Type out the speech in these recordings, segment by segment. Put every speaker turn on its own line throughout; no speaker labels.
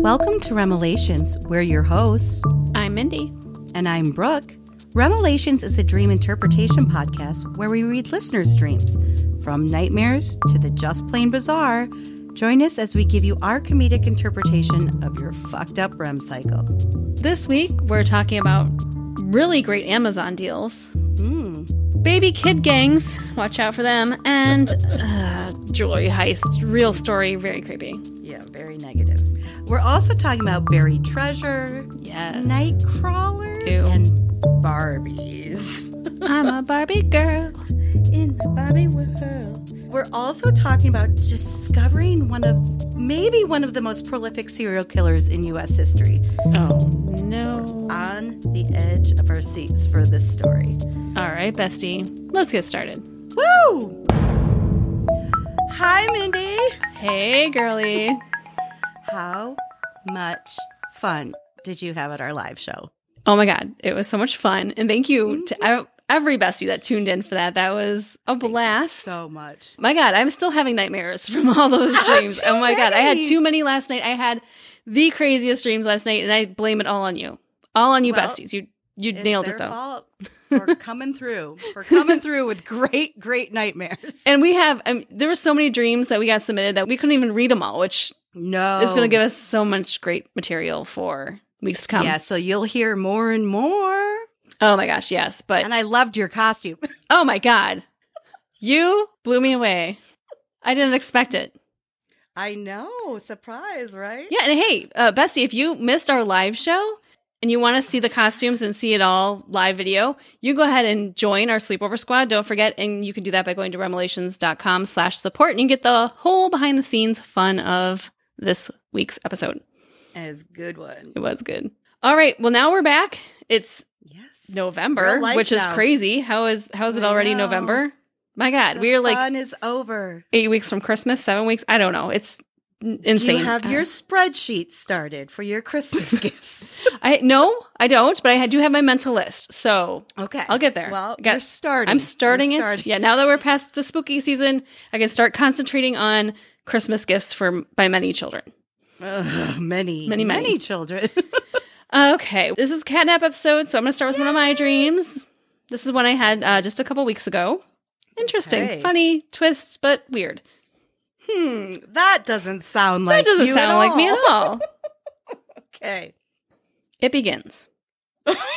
Welcome to Remelations. We're your hosts,
I'm Mindy.
and I'm Brooke. Remelations is a dream interpretation podcast where we read listeners' dreams, from nightmares to the just plain bizarre. Join us as we give you our comedic interpretation of your fucked up REM cycle.
This week, we're talking about really great Amazon deals,
Hmm,
baby kid gangs, watch out for them, and uh, jewelry heist. Real story, very creepy.
Yeah, very negative. We're also talking about buried treasure,
Yes.
night crawlers,
Ew.
and Barbies.
I'm a Barbie girl.
in the Bobby world. We're also talking about discovering one of maybe one of the most prolific serial killers in U.S. history.
Oh, no.
On the edge of our seats for this story.
All right, bestie, let's get started.
Woo! Hi, Mindy.
Hey, girly.
How much fun did you have at our live show?
Oh my God, it was so much fun. And thank you to ev- every bestie that tuned in for that. That was a blast.
So much.
My God, I'm still having nightmares from all those dreams.
too
Oh my God, I had
many.
too many last night. I had the craziest dreams last night, and I blame it all on you, all on you,
Well,
besties. You you
It's
nailed
their
it though.
fault for coming through. For coming through with great, great nightmares.
And we have um, there were so many dreams that we got submitted that we couldn't even read them all, which
No,
is going to give us so much great material for weeks to come.
Yeah, so you'll hear more and more.
Oh my gosh, yes. But
And I loved your costume.
oh my God, you blew me away. I didn't expect it.
I know. Surprise, right?
Yeah, and hey, uh, Bestie, if you missed our live show and you want to see the costumes and see it all live video, you go ahead and join our sleepover squad. Don't forget, and you can do that by going to remelations.com slash support and you get the whole behind the scenes fun of this week's episode.
That is a good one.
It was good. All right, well now we're back. It's
Yes.
November,
Real life
which is
now.
crazy. How is how is it already
Wow.
November? My God,
The
we are like
fun is over.
eight weeks from Christmas, seven weeks. I don't know. It's n-
Do
insane.
you have
Uh,
your spreadsheet started for your Christmas gifts?
I no, I don't, but I do have my mental list. So
Okay,
I'll get there.
Well,
I got-
you're starting.
I'm starting
You're
it. Yeah, now that we're past the spooky season, I can start concentrating on Christmas gifts for by many children.
Ugh, many,
Many, many.
children.
Okay, this is catnap episode, so I'm gonna start with one of my dreams. This is one I had uh, just a couple weeks ago. Interesting,
Okay.
funny twist, but weird.
hmm, that doesn't sound like
That doesn't
you
sound
at
like me at all.
Okay,
it begins.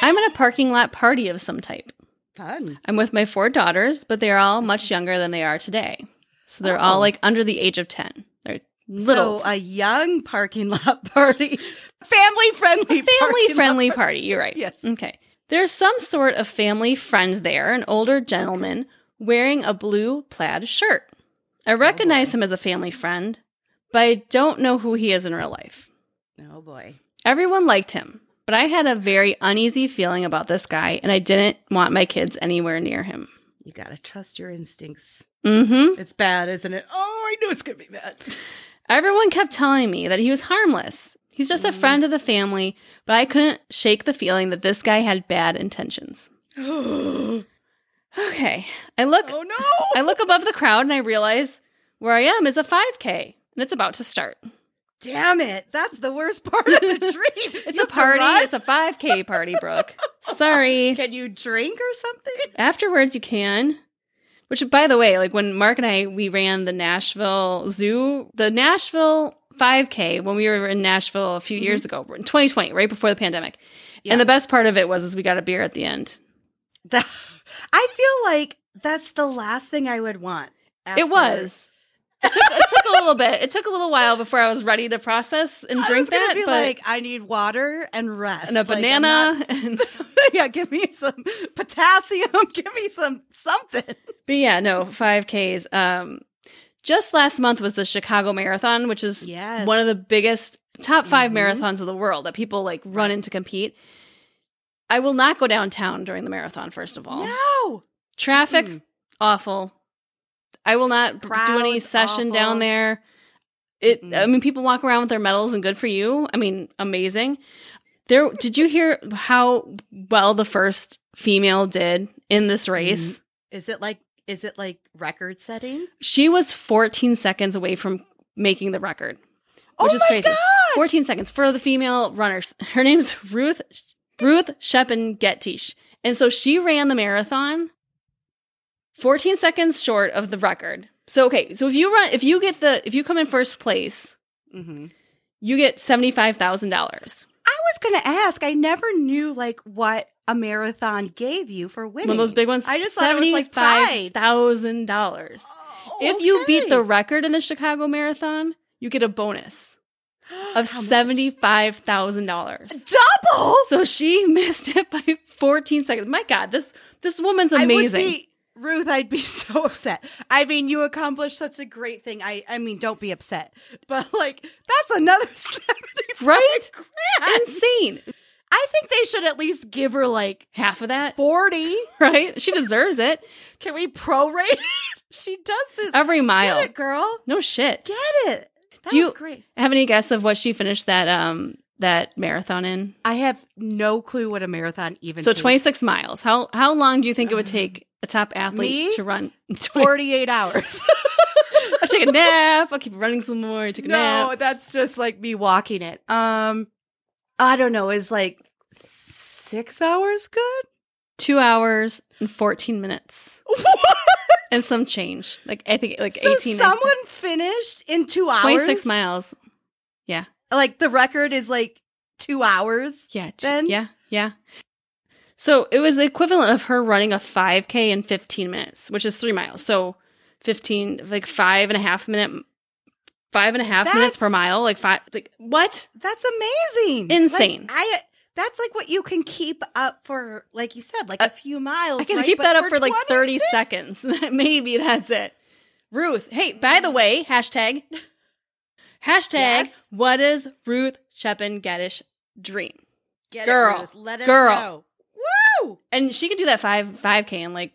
I'm in a parking lot party of some type.
fun.
I'm with my four daughters, but they're all much younger than they are today. So they're
Oh.
all like under the age of 10. They're little.
So a young parking lot party, family friendly,
family friendly party. You're right.
Yes.
Okay. There's some sort of family friend there, an older gentleman wearing a blue plaid shirt.
Oh,
I recognize him as a family friend, but I don't know who he is in real life.
Oh boy.
Everyone liked him, but I had a very uneasy feeling about this guy, and I didn't want my kids anywhere near him.
You gotta trust your instincts.
Mm hmm.
It's bad, isn't it? Oh, I knew it's gonna be bad.
Everyone kept telling me that he was harmless. He's just a friend of the family, but I couldn't shake the feeling that this guy had bad intentions.
oh
Okay. I look
no!
I look above the crowd and I realize where I am is a 5K and it's about to start.
Damn it! That's the worst part of the dream.
It's
You
a party.
have to run?
It's a 5K party, Brooke. Sorry.
Can you drink or something?
Afterwards you can. Which by the way, like when Mark and I we ran the Nashville Zoo, the Nashville 5K when we were in Nashville a few years ago, in 2020, right before the pandemic.
Mm-hmm. Yeah.
And the best part of it was is we got a beer at the end.
The- I feel like that's the last thing I would want. after-
It was. It took, it took a little bit. It took a little while before I was ready to process and
I was
drink
gonna
that,
be
but
like, I need water and rest
and a
Like, I'm
banana.
not-
and,
yeah, give me some potassium. Give me some something.
but yeah, no, 5Ks. Um, just last month was the Chicago Marathon, which is
Yes.
one of the biggest top 5
Mhm.
marathons of the world that people like run in to compete. I will not go downtown during the marathon, first of all.
No
Traffic,
Mm.
awful. I will not b- do any
Crowds,
session
awful.
down there. It. I
Mm-mm.
mean, people walk around with their medals, and good for you. I mean, amazing. There. did you hear how well the first female did in this
Mm-hmm.
race?
Is it like? Is it like record setting?
She was 14 seconds away from making the record,
oh
which is
my
crazy.
God.
14 seconds for the female runner. Her name's Ruth Ruth Shepin Gettish. And so she ran the marathon 14 seconds short of the record. So okay, so if you run if you get the if you come in first place,
Mm-hmm.
you get $75,000.
I was going to ask. I never knew like what a marathon gave you for winning.
One of those big ones.
I just thought it was like pride.
$75,000.
Oh,
If you beat the
okay.
record in the Chicago Marathon, you get a bonus of
How much?
$75,000.
double,
So she missed it by 14 seconds. My God, this this woman's
I would
amazing.
be- Ruth, I'd be so upset. I mean, you accomplished such a great thing. I, I mean, don't be upset, but like that's another seventy-five
Right?
grand.
Insane.
I think they should at least give her like
Half of that,
forty.
right? She deserves it.
Can we prorate? she does this.
Every
Get
mile.
it, girl.
No shit.
Get it. That's
Do you-
great.
Have any guess of what she finished that um that marathon in?
I have no clue what a marathon even.
So
takes.
26 miles. How how long do you think it would take a top athlete
Uh, Me?
to run?
forty-eight hours.
I'll take a nap. I'll keep running some more. Take a
no,
nap.
that's just like me walking it. Um, I don't know. Is like six hours good?
Two hours and 14 minutes
What?
and some change. Like I think like
so
18.
someone finished in two hours.
26 miles.
Like the record is like two hours.
Yeah. t-
Then-
Yeah. Yeah. So it was the equivalent of her running a 5K in 15 minutes, which is three miles. So 15, like five and a half minute, five and a half minutes per
That's-
mile. Like five, like what?
That's amazing. Like,
Insane.
I. That's like what you can keep up for, like you said, like
Uh,
a few miles.
I can
right?
keep
But
that up for like 30
26
seconds. Maybe that's it. Ruth, hey, by the way, hashtag, hashtag,
Yes?
what is Ruth Shepin Gaddish dream?
Get it,
Girl.
Ruth. Let us
Girl.
know. Woo!
And she can do that five 5K in like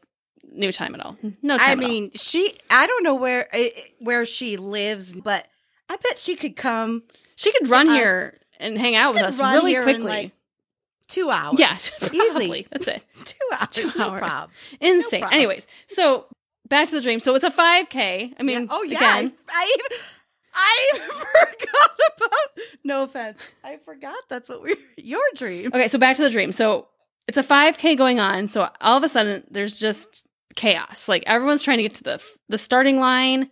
no time at all. No time
I
at all.
mean, she. I don't know where eh, eh, where she lives, but I bet she could come
She could run
us.
here and hang out with
could
us
run
Oh, really
here in,
quickly.
like, two hours.
yes,
Easy.
probably. That's it.
two hours.
Two
no
hours.
problem.
Insane.
problem.
Anyways, so back to the dream. So it's a 5K. I mean,
Yeah. oh yeah,
again,
I, I I forgot about. No offense, I forgot that's what we your dream.
Okay, so back to the dream. So it's a 5K going on. So all of a sudden, there's just chaos. Like everyone's trying to get to the the starting line.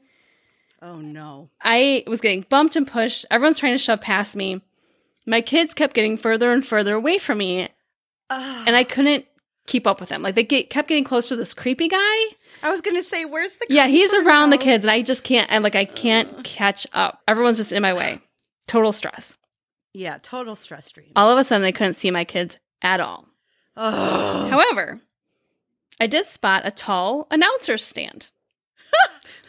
Oh no,
I was getting bumped and pushed. Everyone's trying to shove past me. My kids kept getting further and further away from me,
Ugh.
and I couldn't keep up with them. Like they get, kept getting close to this creepy guy.
I was gonna say, where's the
Yeah, he's
comfort
around the
now?
kids, and I just can't. And like I can't catch up. Everyone's just in my way. Total stress.
Yeah, total stress dream.
All of a sudden, I couldn't see my kids at all.
Ugh.
However, I did spot a tall announcer stand.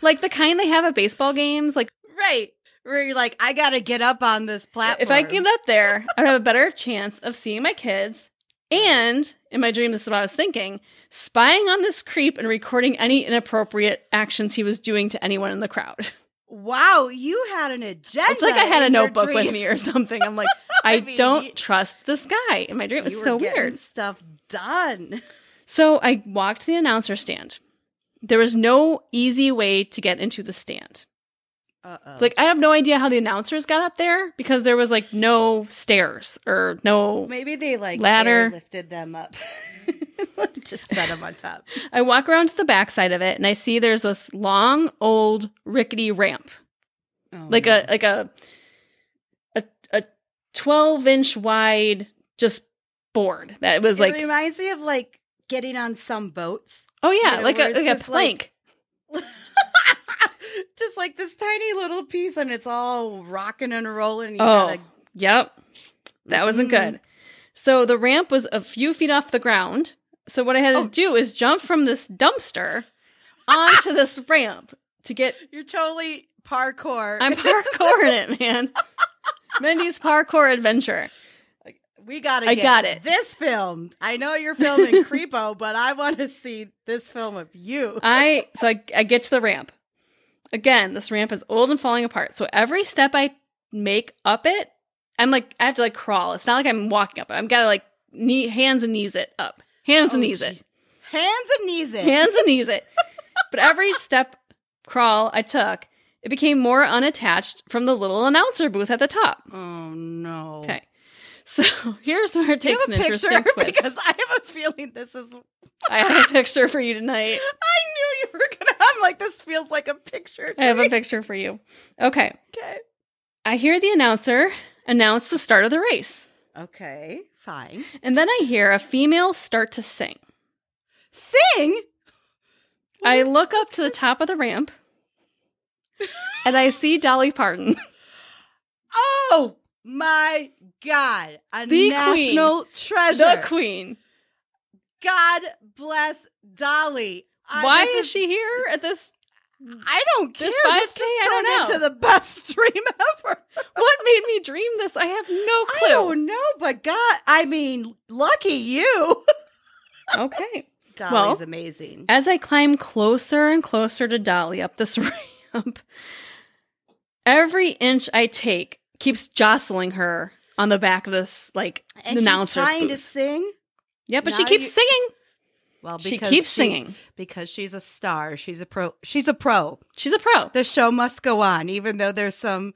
like the kind they have at baseball games. Like
right, where you're like, I gotta get up on this platform.
if I get up there, I'd have a better chance of seeing my kids. And in my dream, this is what I was thinking spying on this creep and recording any inappropriate actions he was doing to anyone in the crowd.
Wow, you had an agenda.
It's like I had a
in your
notebook
dream.
with me or something. I'm like, I,
I mean, you-
don't trust this guy. In my dream, it
You
was
were
so
getting
weird.
Stuff done.
So I walked to the announcer stand. There was no easy way to get into the stand.
Uh oh.
It's like I have no idea how the announcers got up there because there was like no stairs or no.
maybe they like
ladder.
lifted them up, just set them on top.
I walk around to the backside of it and I see there's this long, old, rickety ramp,
Oh,
like
no.
a like a a a twelve inch wide just board that was
It
like
reminds me of like getting on some boats,
oh yeah
you know,
like
where
a
it's
like a
just, like,
plank
just like this tiny little piece, and it's all rocking and rolling. And you
oh
gotta-
yep That wasn't
Mhm.
good. So the ramp was a few feet off the ground. So what I had
Oh.
to do is jump from this dumpster onto this ramp to get.
You're totally parkour.
I'm parkouring it, man. Mindy's parkour adventure.
we gotta.
I
get
got it.
This filmed. I know you're filming Creepo, but I want to see this film of you.
I so I, I get to the ramp. Again, this ramp is old and falling apart. So every step I make up it, I'm like I have to like crawl. It's not like I'm walking up. it. I'm gotta like knee hands and knees it up. Hands and
Oh,
knees it.
gee. Hands and knees in.
hands and knees it. But every step crawl I took, It became more unattached from the little announcer booth at the top.
Oh no.
Okay. So here's where it
Do you
takes
have
an
a picture?
interesting twist.
Because I have a feeling this is.
I have a picture for you tonight.
I knew you were gonna. I'm like, this feels like a picture.
I have a picture for you. Okay.
Okay.
I hear the announcer announce the start of the race.
Okay. Fine.
And then I hear a female start to sing.
Sing.
I look up to the top of the ramp and I see Dolly Parton.
Oh my God! A
The
national treasure.
The queen.
God bless Dolly. I-
Why
Uh, this
is she here at this?
I don't care.
This
This
5K?
just
I
turned
don't know.
into the best stream ever.
What made me dream this? I have no
I
clue.
don't know, but God, I mean, lucky you.
Okay.
Dolly's
Well,
amazing.
As I climb closer and closer to Dolly up this ramp, every inch I take keeps jostling her on the back of this like
And she's
announcer's
trying to
booth.
sing.
yeah, but she
now
keeps
you-
singing.
Well,
She
because
keeps
she-
singing.
because she's a star. She's a pro. She's a pro.
She's a pro.
The show must go on, even though there's some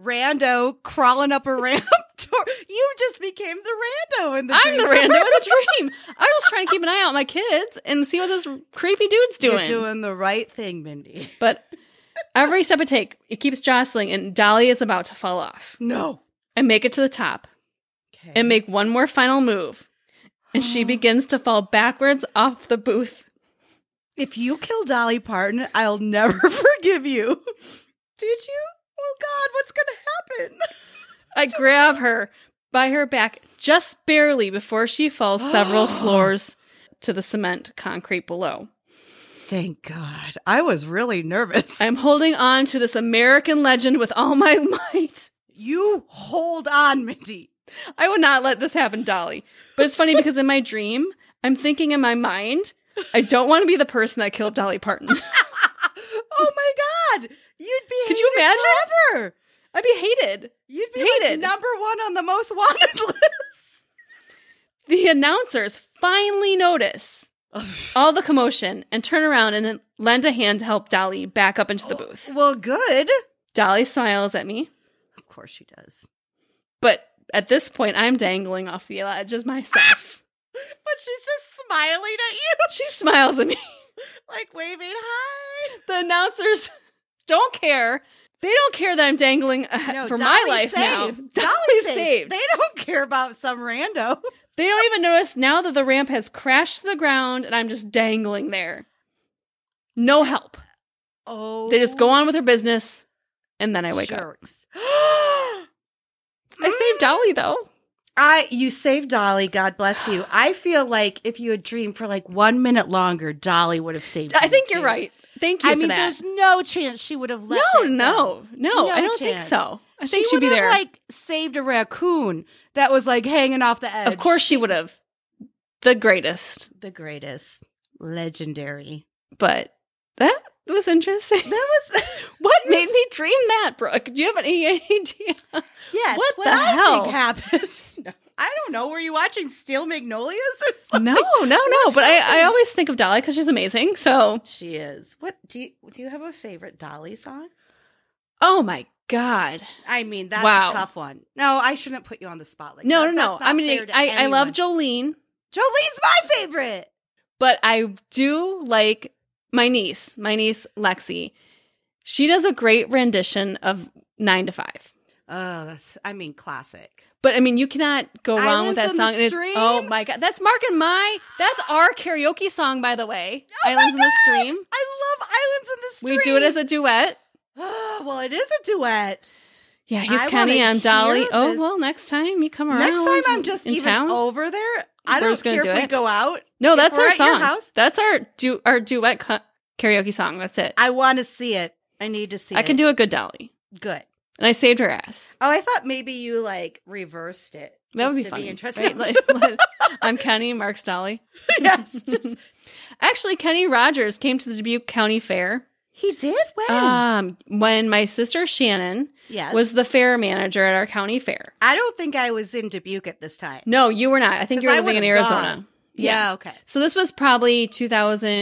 rando crawling up a ramp. Tor- you just became the rando in the.
I'm the
dream
rando of
tour.
the dream. I was just trying to keep an eye out on my kids and see what this creepy dude's
You're
doing.
doing the right thing, Mindy.
But every step I take, it keeps jostling, and Dolly is about to fall off.
No.
I make it to the top
Okay.
and make one more final move, and she begins to fall backwards off the booth.
If you kill Dolly Parton, I'll never forgive you. Did you? Oh God, what's gonna happen?
I grab her by her back just barely before she falls several floors to the cement concrete below.
Thank God. I was really nervous.
I'm holding on to this American legend with all my might.
you hold on, Mindy.
I would not let this happen, Dolly. But it's funny because in my dream, I'm thinking in my mind, I don't want to be the person that killed Dolly Parton.
oh my God. You'd be
Could you
hated
imagine?
forever.
I'd be hated.
You'd be
Hated.
like number one on the most wanted list.
The announcers finally notice all the commotion and turn around and then lend a hand to help Dolly back up into the booth.
well, good.
Dolly smiles at me,
Of course she does.
but at this point, I'm dangling off the edges myself.
But she's just smiling at you,
she smiles at me.
like waving hi.
The announcers don't care. They don't care that I'm dangling uh, for my
Dolly's
life now.
saved.
Dolly's
saved.
saved.
They don't care about some rando.
They don't even notice now that the ramp has crashed to the ground and I'm just dangling there. No help.
Oh,
They just go on with their business and then I wake up.
jerks. up.
I saved Dolly though.
I you saved Dolly. God bless you. I feel like if you had dreamed for like one minute longer, Dolly would have saved.
I
you,
think you're
too.
right. Thank you
I
for
mean,
that.
there's no chance she would have let.
no,
that go.
no, no,
No
I don't think
chance.
so. I think she would
would
be
have,
there.
Like saved a raccoon that was like hanging off the edge.
of course she would have. The greatest.
the greatest, legendary.
But that was interesting.
That was
What
It
made
was-
me dream that, Brooke? Do you have any idea?
yes.
What
What,
the
I
hell?
think happened? I don't know. Were you watching Steel Magnolias or something?
No, no, no. But I, I always think of Dolly because she's amazing. So,
She is. What do you do? You have a favorite Dolly song?
oh my God.
I mean, that's
Wow.
a tough one. No, I shouldn't put you on the spot like
no,
that.
no, no.
That's not
I mean,
fair to
I, I love
anyone.
Jolene,
Jolene's my favorite.
but I do like my niece, my niece Lexi. She does a great rendition of Nine to Five.
Oh, that's I mean classic.
But I mean, you cannot go wrong
Islands
with that
on the
song. And it's,
Stream?
oh my God. That's Mark and My. That's our karaoke song, by the way.
Oh my
Islands in the
God!
Stream.
I love Islands in the Stream.
We do it as a duet.
Oh, well, it is a duet.
Yeah, he's
I
Kenny.
wanna
I'm Dolly.
hear
Oh
this.
well, next time you come around.
Next time I'm just
in
even
town.
over there. I
We're
don't
just gonna
care
do
if we
it.
go out.
no,
if
that's
we're
our
at your
song.
house-
That's our du- our duet co- karaoke song. That's it. I,
I want to see it. I need to see it.
can do a good Dolly,
good.
and I saved her ass.
Oh, I thought maybe you like reversed it.
That
just
would be
to
funny.
interesting.
right? Like, like, I'm Kenny. Mark's Dolly.
yes, just
Actually, Kenny Rogers came to the Dubuque County Fair
he did when.
um, when my sister Shannon
Oh. yes,
was the fair manager at our county fair.
I don't think I was in Dubuque at this time.
No, you were not. I think
'Cause
you were
I
living in
would've
Arizona.
gone. Yeah, okay.
So this was probably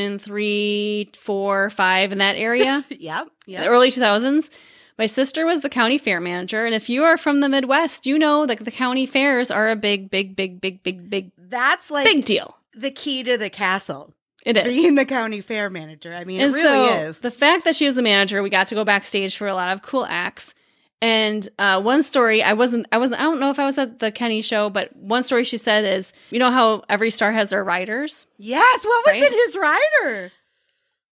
2003, 4, 5 in that area,
Yep. Yep.
the early 2000s. My sister was the county fair manager. And if you are from the Midwest, you know that the county fairs are a big, big, big, big, big, big,
That's like
big deal.
the key to the castle.
It is.
Being the county fair manager. I mean,
and
it really
so
is.
the fact that she was the manager, we got to go backstage for a lot of cool acts. And uh, one story, I wasn't, I wasn't, I don't know if I was at the Kenny show, but one story she said is, you know how every star has their riders.
yes. What was
Right?
it? His rider.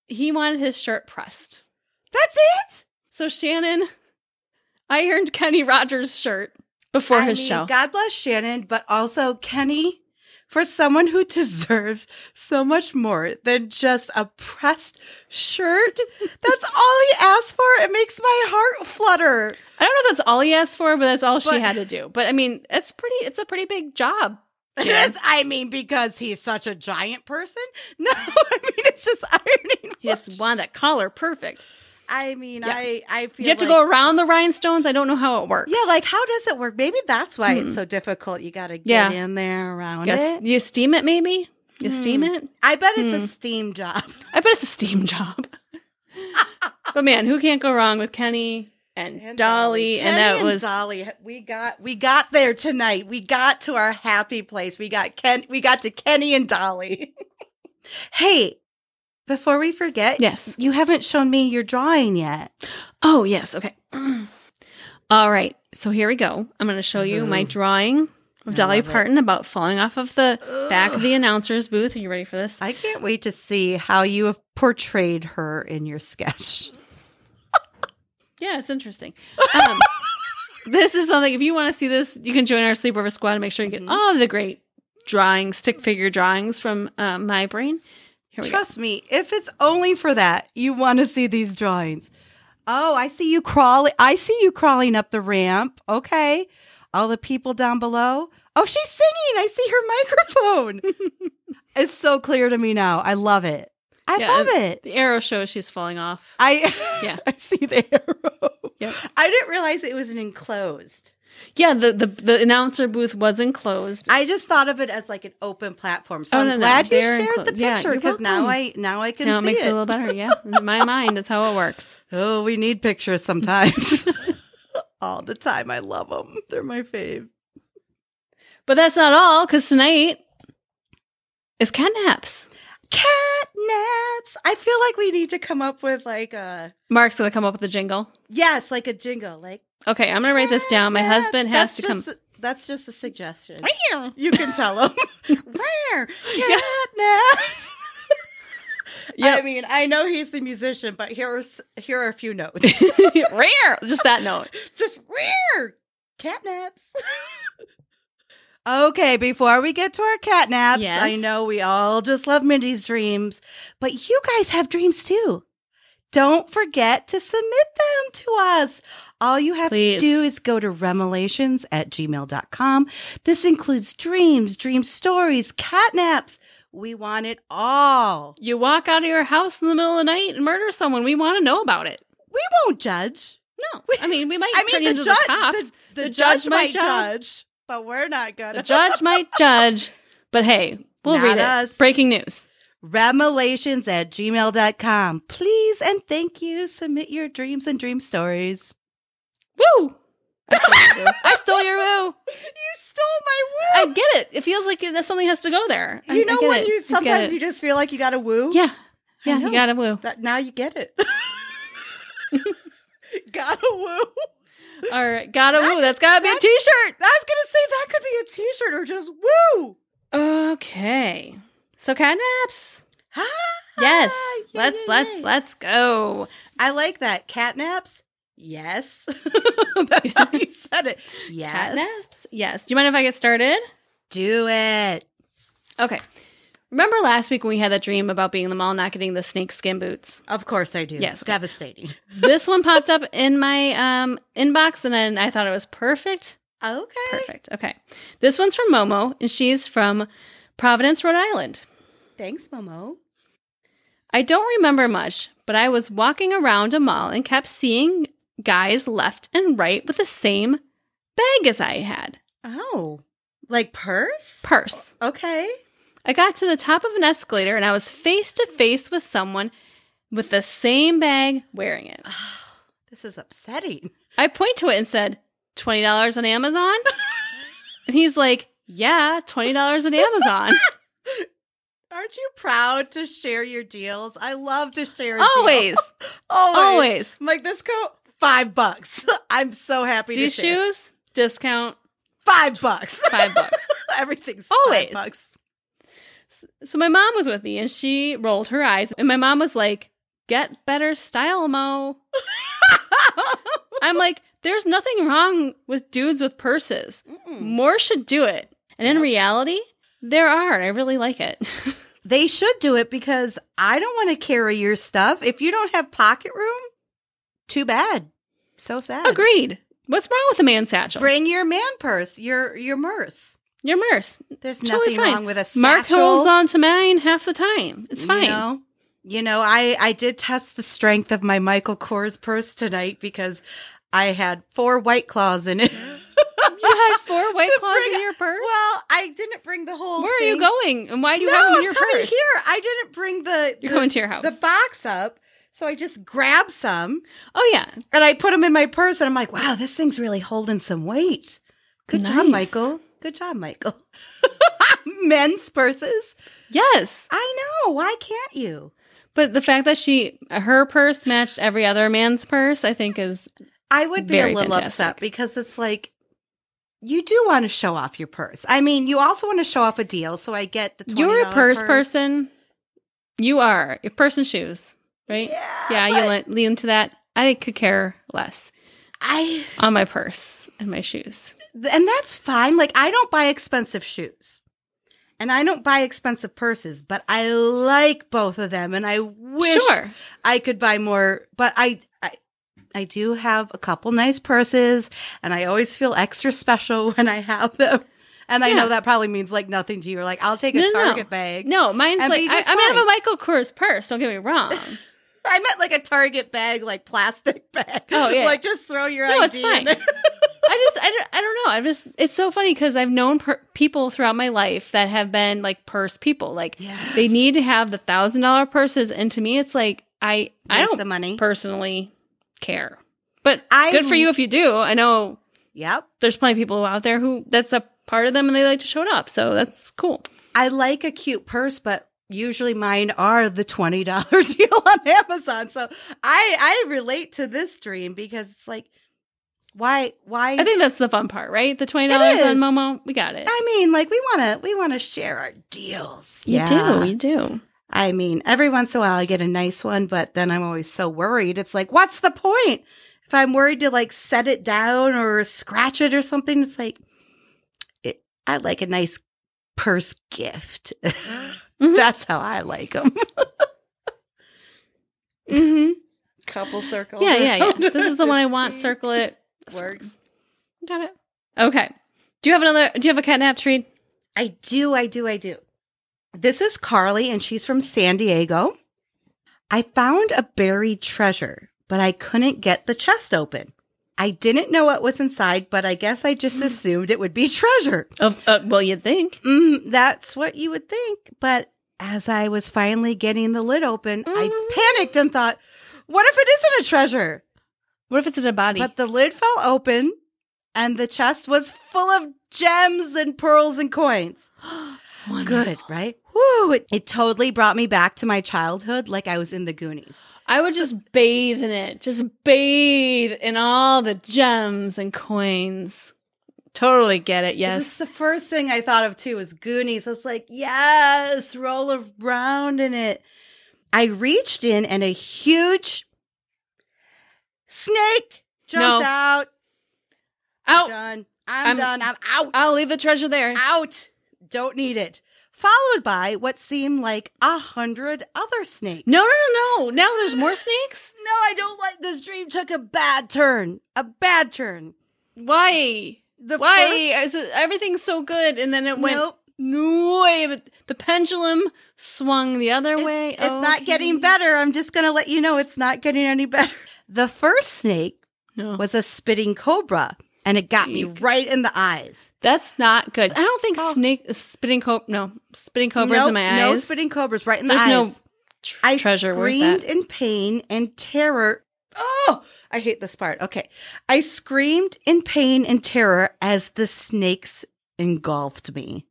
He wanted his shirt pressed,
That's it.
so Shannon ironed Kenny Rogers' shirt before
I
his
mean,
show.
God bless Shannon, but also Kenny, for someone who deserves so much more than just a pressed shirt. that's all he asked for. It makes my heart flutter.
I don't know if that's all he asked for, but that's all she
But-
had to do. But I mean, it's pretty, it's a pretty big job. Jan.
Yes, I mean, because he's such a giant person. No, I mean it's just ironing.
He just wanted that collar perfect.
I mean,
Yeah.
I I feel
Did you have to
like-
go around the rhinestones? I don't know how it works.
Yeah, like how does it work? Maybe that's why it's so difficult. You got to
Yeah.
get in there around
Yes, Mm.
it. Hmm.
you steam it maybe. You steam it.
I bet it's a steam job.
I bet it's a steam job. but man, who can't go wrong with Kenny and, Dolly? And
Kenny
that was
Dolly. We got we got there tonight. We got to our happy place. We got Ken. We got to Kenny and Dolly. hey, before we forget,
yes.
you haven't shown me your drawing yet.
Oh yes. Okay. All right. So here we go. I'm going to show you my drawing of Dolly
love it.
Parton about falling off of the back of the announcer's booth. Are you ready for this?
I can't wait to see how you have portrayed her in your sketch.
Yeah, it's interesting. Um, this is something, if you want to see this, you can join our sleepover squad and make sure you
Mm-hmm.
get all of the great drawings, stick figure drawings from uh, my brain. Here we go.
Trust me, if it's only for that, you want to see these drawings. Oh, I see you crawling. I see you crawling up the ramp. Okay. All the people down below. Oh, she's singing. I see her microphone. it's so clear to me now. I love it. I
Yeah,
love
and
it.
The arrow shows she's falling off.
I
Yeah.
I see the arrow.
Yep.
I didn't realize it was an enclosed.
Yeah, the, the, the announcer booth was enclosed.
I just thought of it as like an open platform. So
Oh,
I'm
no, no,
glad you
they're
shared the
enclosed. Yeah,
picture
you're
because now
welcome.
I now I can
now it
see
makes
it.
it a little better. Yeah. In my mind, that's how it works.
Oh, we need pictures sometimes. All the time. I love them. They're my fave.
But that's not all, because tonight is catnaps.
Cat naps. I feel like we need to come up with like a
Mark's going to come up with a jingle.
yes, like a jingle. Like
Okay, I'm going to write this down. My
"Catnaps."
husband has
That's
to
just,
come.
That's just a suggestion. You can tell them. Where
Yeah.
cat naps.
Yep.
I mean, I know he's the musician, but here are s- here are a few notes.
Rare. Just that note.
just rare catnaps. okay, before we get to our catnaps,
Yes.
I know we all just love Mindy's dreams, but you guys have dreams too. Don't forget to submit them to us. All you have
Please.
to do is go to remelations at gmail.com. This includes dreams, dream stories, catnaps. We want it all.
You walk out of your house in the middle of the night and murder someone. We want to know about it.
We won't judge.
No. I mean, we might
I
turn
mean, the,
into
judge,
the cops.
the, the
The
judge,
judge might
might
judge.
judge, but we're not gonna.
The judge might judge, but hey, we'll
Not
read it.
us.
Breaking news.
remelations at gmail.com. Please and thank you. Submit your dreams and dream stories.
Woo! I stole your woo. I stole your woo.
You stole
I
my woo.
get it. It feels like that something has to go there. I-
you
I
know
get
when
it. I
you
get
sometimes
it.
you just feel like you got a woo?
yeah, yeah,
know.
you got to woo.
That now you get it. got a woo.
All right, got to woo.
That's-
That's got to be a
that's-
T-shirt.
I was gonna say that could be a t-shirt or just woo.
Okay, so catnaps.
Ah,
Yes,
yay,
let's
yay,
let's
yay.
let's go.
I like that. Catnaps? Yes. That's how you said it. Yes.
Catnaps. Yes. Do you mind if I get started?
Do it.
Okay. Remember last week when we had that dream about being in the mall, not getting the snake skin boots?
Of course I do.
Yes, okay.
Devastating.
This one popped up in my um, inbox, and then I thought it was perfect.
Okay.
Perfect. Okay. This one's from Momo, and she's from Providence, Rhode Island.
Thanks, Momo.
I don't remember much, but I was walking around a mall and kept seeing guys left and right with the same bag as I had
Oh, like purse?
purse.
okay.
I got to the top of an escalator and I was face to face with someone with the same bag wearing it.
This is upsetting.
I point to it and said, $20 on Amazon? and he's like, Yeah, $20 on Amazon.
Aren't you proud to share your deals? I love to share
Always.
deals. Always.
Always.
I'm like, this coat, five bucks. I'm so happy
These
to share.
shoes, discount,
Five bucks.
five bucks.
Everything's
Always.
five bucks.
So my mom was with me and she rolled her eyes and my mom was like, "Get better style, mo." I'm like, "There's nothing wrong with dudes with purses.
Mm-mm.
More should do it." And in reality, there are, and I really like it.
They should do it because I don't want to carry your stuff. If you don't have pocket room, too bad. So sad.
Agreed. What's wrong with a man satchel?
Bring your man purse, your your merse.
Your merce.
There's
Totally
nothing
fine.
wrong with a satchel.
Mark holds on to mine half the time. It's fine.
You know, you know, I I did test the strength of my Michael Kors purse tonight because I had four White Claws in it.
You had four white
To
claws
bring-
in your purse.
well, I didn't bring the whole.
Where are
thing.
you going? And why do you
no,
have them in
I'm
your
coming
purse?
here. I didn't bring the
You're
the,
going to your house.
the box up, so I just grabbed some
oh yeah.
and I put them in my purse, and I'm like, wow, this thing's really holding some weight. Good job,
Nice.
Michael. Good job, Michael. Men's purses.
Yes.
I know. Why can't you?
But the fact that she her purse matched every other man's purse, I think is
I would be a
Very
little
fantastic.
upset because it's like you do want to show off your purse. I mean, you also want to show off a deal, so I get the $20
you're a purse,
purse.
person. You are your purse and shoes, right?
Yeah,
you
but
lean, lean to that. I could care less
I
on my purse and my shoes.
and that's fine. Like I don't buy expensive shoes. And I don't buy expensive purses, but I like both of them and I wish
sure,
I could buy more, but I, I I do have a couple nice purses and I always feel extra special when I have them. And I
Yeah.
know that probably means like nothing to you. Like I'll take a
No, no, no.
Target bag.
no, mine's
And
like
be
I,
just
I mean I have
fine.
a Michael Kors purse. Don't get me wrong.
I meant like a Target bag, like plastic bag.
Oh, yeah.
like just throw your
No,
ID.
it's fine.
in there.
I just I don't, I don't know. I just it's so funny because I've known per- people throughout my life that have been like purse people. Like
Yes.
they need to have the thousand dollar purses, and to me, it's like I I
Waste
don't
the money.
personally care. But
I-
good for you if you do. I know
yep.
there's plenty of people out there who that's a part of them, and they like to show it up. So that's cool.
I like a cute purse, but usually mine are the twenty dollar deal on Amazon. So I I relate to this dream because it's like why why
I think that's the fun part, right? The twenty dollars
is.
on Momo, we got it.
I mean like we wanna we wanna share our deals.
You
Yeah.
do, you do.
I mean, every once in a while I get a nice one, but then I'm always so worried. It's like, what's the point? If I'm worried to like set it down or scratch it or something, it's like, it, I like a nice purse gift. That's how I like them. mm-hmm. Couple circles.
Yeah, yeah, yeah.
around.
This is the one I want. Circle it. This
Works.
one. Got it. Okay. Do you have another? Do you have a catnap treat?
I do, I do, I do. This is Carly, and she's from San Diego. I found a buried treasure, but I couldn't get the chest open. I didn't know what was inside, but I guess I just assumed it would be treasure.
Of uh, well, you'd think.
Mm, that's what you would think. But as I was finally getting the lid open,
Mhm.
I panicked and thought, what if it isn't a treasure?
What if it's in a body?
But the lid fell open, and the chest was full of gems and pearls and coins.
Wonderful.
Good, right? Woo! It, it totally brought me back to my childhood, like I was in the Goonies.
I would just bathe in it. Just bathe in all the gems and coins. Totally get it.
It was
Yes.
the first thing I thought of too was Goonies. I was like, yes, roll around in it. I reached in and a huge snake jumped
No.
out.
Out.
Done. I'm,
I'm-
done. I'm out.
Oh, I'll leave the treasure there.
out. Don't need it. Followed by what seemed like a hundred other snakes.
No, no, no, no. Now there's more snakes?
No, I don't like this dream. Took a bad turn. A bad turn.
Why?
The
Why? Is it- everything's so good. And then it went.
Nope.
No way. The, the pendulum swung the other
It's,
way.
it's not getting better. I'm just going to let you know it's not getting any better. The first snake
No.
was a spitting cobra, and it got me right in the eyes.
That's not good. I don't think
So-
snake spitting cobra. No, spitting cobras
nope,
in my eyes.
No spitting cobras right in the
There's
eyes.
no tr-
I
treasure worth
screamed
that.
in pain and terror. Oh, I hate this part. Okay. I screamed in pain and terror as the snakes engulfed me.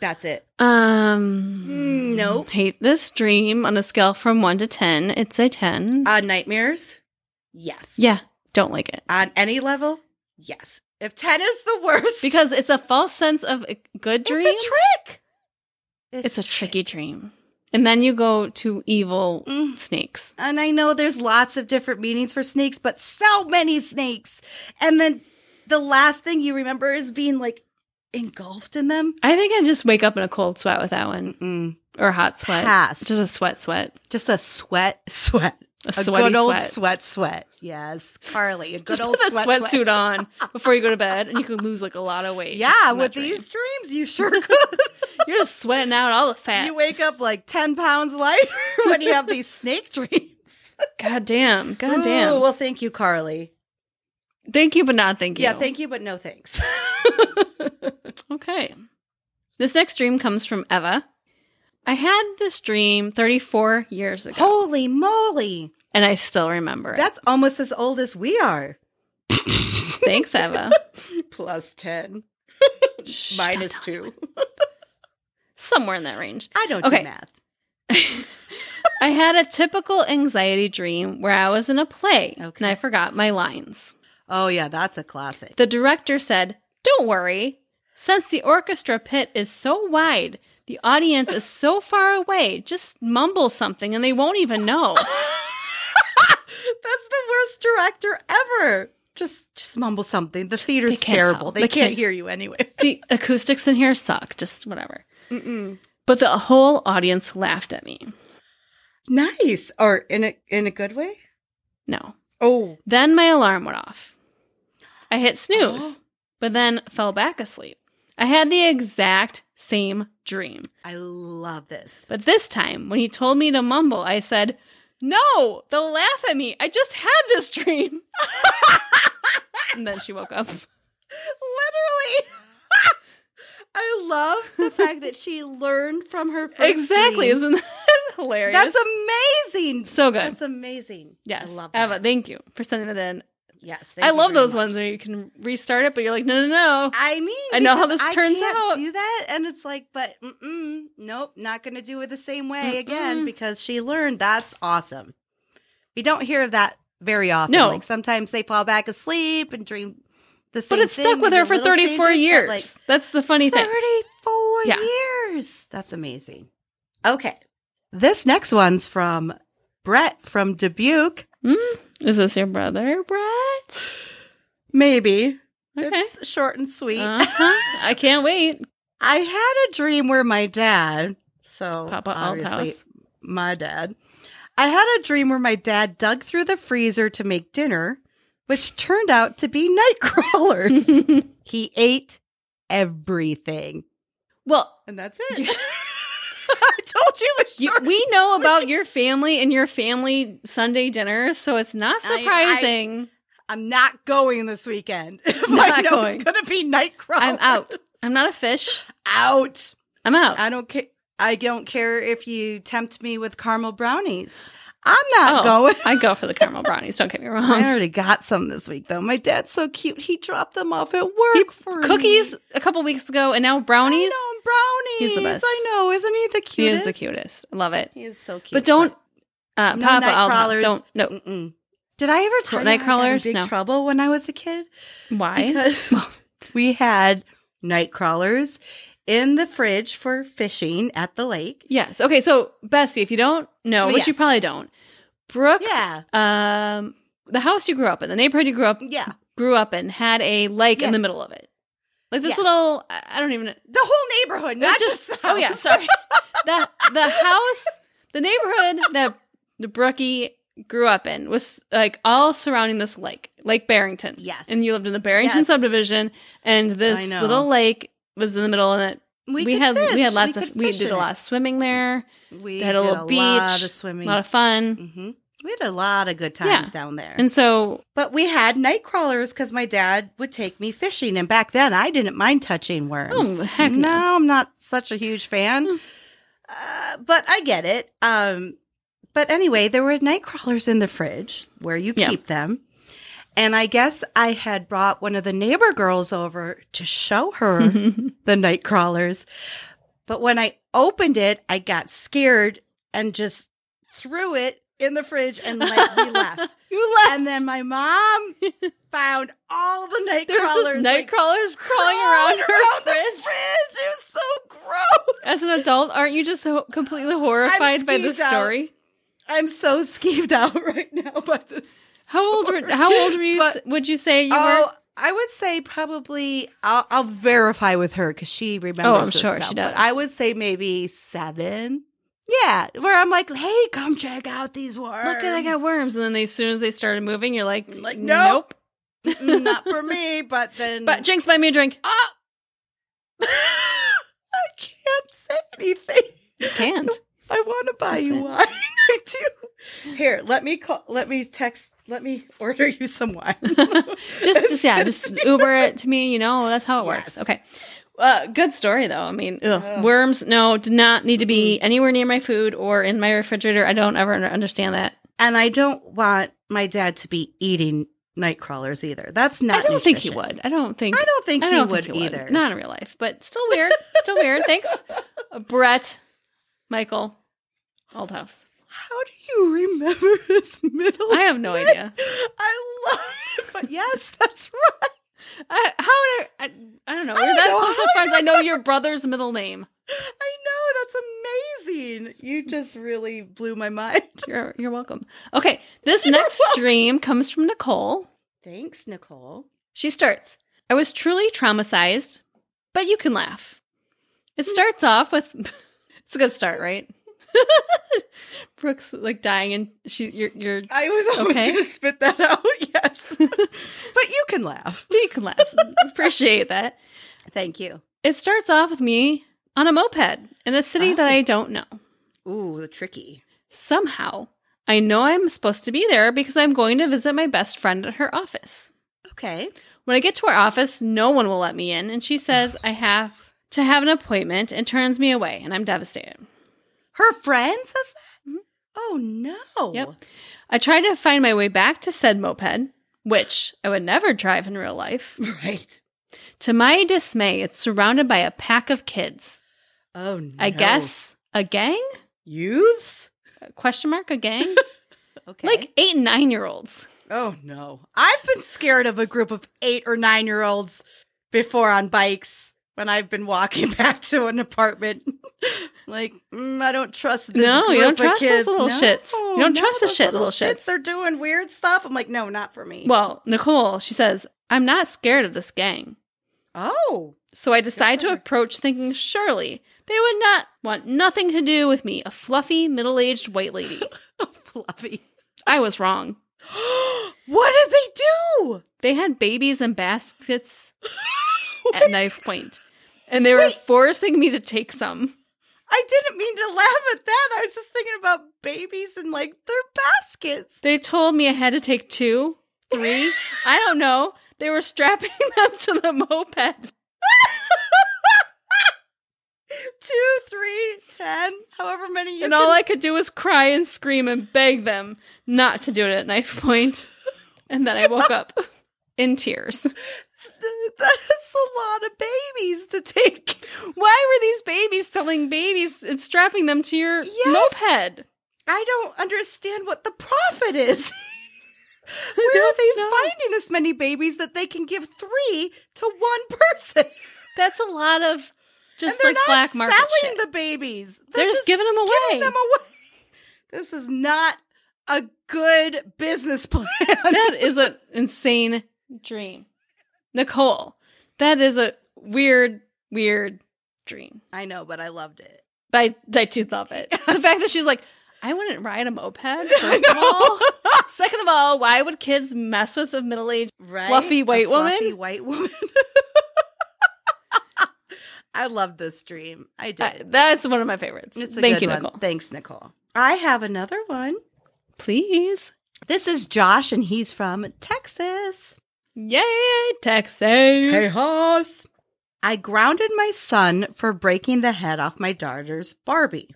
That's it.
Um,
Nope.
Hate this dream on a scale from one to ten. It's a ten.
On nightmares? Yes.
yeah, don't like it
On any level? Yes. If 10 is the worst,
because it's a false sense of a good
it's
dream.
a trick.
It's a tricky dream, and then you go to evil
Mm.
snakes.
And I know there's lots of different meanings for snakes, but so many snakes. And then the last thing you remember is being like engulfed in them.
I think I just wake up in a cold sweat with that one,
Mm-mm.
or a hot sweat,
Pass.
just a sweat, sweat,
Just a sweat, sweat.
a
A
sweaty
good old
sweat.
sweat. sweat, Yes, Carly. A good
Just
old
put that
sweat,
sweatsuit
sweat.
on before you go to bed, and you can lose like a lot of weight.
Yeah,
from that
with
dream.
these dreams, you sure could.
you're just sweating out all the fat.
you wake up like 10 pounds lighter when you have these snake dreams.
God damn, god
Ooh,
damn.
well, thank you, Carly.
Thank you, but not thank you.
Yeah, thank you, but no thanks.
Okay. This next dream comes from Eva. I had this dream 34 years ago,
Holy moly.
and I still remember it.
That's almost as old as we are.
Thanks, Eva.
Plus 10,
Shh,
minus
don't tell-
2.
Somewhere in that range.
I don't
Okay.
do math.
I had a typical anxiety dream where I was in a play
Okay.
and I forgot my lines.
Oh, yeah, that's a classic.
The director said, Don't worry. Since the orchestra pit is so wide, the audience is so far away, just mumble something and they won't even know.
That's the worst director ever. Just just mumble something. The theater's
They can't
terrible.
tell.
They,
They
can't,
can't-
hear you anyway.
the acoustics in here suck, just whatever. But the whole audience laughed at me.
Nice. Or in a in a good way?
No.
Oh.
Then my alarm went off. I hit snooze, but then fell back asleep. I had the exact same dream.
I love this.
But this time, when he told me to mumble, I said, No, they'll laugh at me. I just had this dream. and then she woke up.
Literally. I love the fact that she learned from her first
exactly.
scene.
Isn't that hilarious?
That's amazing.
so good.
That's amazing.
yes.
I love that.
Eva, thank you for sending it in.
yes.
I
thank you
love
very
those
much.
ones where you can restart it, but you're like, no, no, no.
I mean,
I know how
because
this turns
can't
out.
Do that, and it's like, but mm-mm, nope, not going to do it the same way again
Mm-mm.
because she learned. That's awesome. You don't hear that very often.
No.
like sometimes they fall back asleep and dream the same.
But it
thing,
stuck
you
with
do
her for
little
34
changes,
years.
but, like,
That's the funny thing.
34
Yeah.
years. That's amazing. Okay, this next one's from Brett from Dubuque.
Mm? Is this your brother, Brett?
Maybe
Okay.
it's short and sweet.
Uh-huh. I can't wait.
I had a dream where my dad, so
Papa
obviously
Alphaus.
my dad, I had a dream where my dad dug through the freezer to make dinner, which turned out to be night crawlers. he ate everything,
well,
and that's it. I told you it was
you,
short.
we know about your family and your family Sunday dinners, so it's not
I- I-
surprising.
I'm not going this weekend. If I
Not
know
going.
it's going to be night
I,
crawlers.
am out. I'm not a fish.
Out.
I'm out.
I don't care. I don't care if you tempt me with caramel brownies. I'm not
Oh,
going.
I go for the caramel brownies. Don't get me
I
wrong.
already got some this week though. My dad's so cute. He dropped them off at work
He-
for me.
Cookies a couple weeks ago, and now brownies.
I know, brownies.
He's the best.
I know. Isn't he the cutest?
He is the cutest. I love it.
He is so cute.
But don't, uh,
No
Papa
night
Alphaus,
crawlers.
don't. No,
Mm-mm. Did I ever tell you I got in
Nightcrawlers?
big
No.
trouble when I was a kid?
Why?
Because we had night crawlers in the fridge for fishing at the lake.
yes. Okay. So Bessie, if you don't know,
Oh,
which you
yes.
probably don't, Brooks,
Yeah.
um, the house you grew up in, the neighborhood you grew up
Yeah.
grew up in, had a lake in the
Yes.
middle of it, like this
Yes.
little. I I don't even. know.
The whole neighborhood, not just, the
oh yeah,
house.
sorry. the the house, the neighborhood that the Brookie grew up in was like all surrounding this lake, Lake Barrington.
Yes.
and you lived in the Barrington
Yes.
subdivision, and this
know.
little lake was in the middle, and it we,
could
had
fish.
we had lots
could
of we
fish
did
in
a
it.
lot of swimming there,
We
They had a
did
little
lot
beach,
of swimming.
a lot of fun.
Mhm. We had a lot of good times
Yeah.
down there.
And so
but we had night crawlers because my dad would take me fishing. And back then, I didn't mind touching worms.
Oh, heck no. Hmm.
no. I'm not such a huge fan. uh, but I get it. Um, but anyway, there were night crawlers in the fridge where you
Yeah.
keep them. And I guess I had brought one of the neighbor girls over to show her the night crawlers. But when I opened it, I got scared and just threw it in the fridge and like we left.
you left.
And then my mom found all the night
There's
crawlers.
just night
like,
crawlers crawling
crawling
around her
around the
fridge.
fridge. It was so gross.
As an adult, aren't you just ho- completely horrified by this
skeeved out.
story?
I'm so skeeved out right now by this.
How old were
story.
How old were you?
But-
s- would you say you
Oh, I would say probably I'll, I'll verify with her because she remembers.
Oh, I'm
this
sure
stuff,
she
but
does.
I would say maybe seven. Yeah, where I'm like, hey, come check out these worms.
were? Look, at I got worms, and then they, as soon as they started moving, you're like,
I'm like,
nope.
nope, Mm, not for me. But then,
But Jinx, buy me a drink.
oh, I can't say anything.
You can't.
I want to buy
That's
you
it.
wine. I do. Here, let me call. Let me text. Let me order you some wine.
just, just yeah, just Uber it to me. You know, that's how it works.
Yes.
Okay. Uh, good story though. I mean, ugh.
Ugh.
worms. No, do not need to be anywhere near my food or in my refrigerator. I don't ever under- understand that.
and I don't want my dad to be eating night crawlers either. That's not.
I don't think he
nutritious.
would. I don't think.
I don't think
I
he
don't
would
think he would.
either.
Not in real life, but still weird. still weird. Thanks, Brett, Michael, Aldhouse.
How do you remember his middle?
I have no idea.
I love it, but yes, that's right.
I, how would I, I? I don't know. We're
don't
that
know
close
how
of
I
friends. I know your brother's middle name.
I know that's amazing. You just really blew my mind.
You're you're welcome. Okay, this next dream comes from Nicole.
Thanks, Nicole.
She starts, I was truly traumatized, but you can laugh. It starts off with it's a good start, right? Brooke's like dying and she you're you're
I was almost
Okay.
going to spit that out. Yes, but you can laugh.
you can laugh. Appreciate that.
Thank you.
It starts off with me on a moped in a city that
Oh.
I don't know.
Ooh, the tricky.
Somehow, I know I'm supposed to be there because I'm going to visit my best friend at her office.
Okay.
When I get to her office, no one will let me in, and she says I have to have an appointment and turns me away, and I'm devastated.
Her friend says that? Oh, no.
Mm-hmm. Yep. I tried to find my way back to said moped, which I would never drive in real life.
Right.
To my dismay, it's surrounded by a pack of kids.
Oh, no.
I guess a gang?
Youths?
Question mark a gang?
Okay.
like 8 and 9 year olds.
oh, no. I've been scared of a group of eight or nine year olds before on bikes when I've been walking back to an apartment. like, mm, I don't trust this
No, you
group
don't
of
trust those
kids.
little
No,
shits. You don't
no,
trust the
those
shit little shits.
They're doing weird stuff. I'm like, no, not for me.
Well, Nicole, she says, I'm not scared of this gang.
oh,
So I decide
for
to
her.
approach thinking surely they would not want nothing to do with me, a fluffy, middle aged white lady.
fluffy.
I was wrong.
what did they do?
They had babies in baskets at knife point, and they were forcing me to take some.
I didn't mean to laugh at that. I was just thinking about babies and like their baskets.
They told me I had to take two, three. I don't know. They were strapping them to the moped.
Two, three, ten, however many you
and
can.
all I could do was cry and scream and beg them not to do it at knife point. And then I woke up in tears.
That's a lot of babies to take.
Why were these babies selling babies and strapping them to your
Yes.
moped?
I don't understand what the profit is. Where are
don't
they
know.
finding this many babies that they can give three to one person?
That's a lot of
And
just
they're
like
not
black market shit.
selling the babies.
They're just giving 'em away.
Giving them away. This is not a good business plan.
that is an insane dream. Nicole, that is a weird, weird dream.
I know, but I loved it.
But I, I do love it. The fact that she's like, I wouldn't ride a moped, first of all. Second of all, why would kids mess with a middle aged?
Right?
Fluffy
A
white woman?
Fluffy white woman. I love this dream. I did.
That's one of my favorites.
it's a
Thank
good
you,
one.
Nicole.
Thanks, Nicole. I have another one.
Please.
This is Josh, and he's from Texas.
Yay, Texas.
horse. I grounded my son for breaking the head off my daughter's Barbie.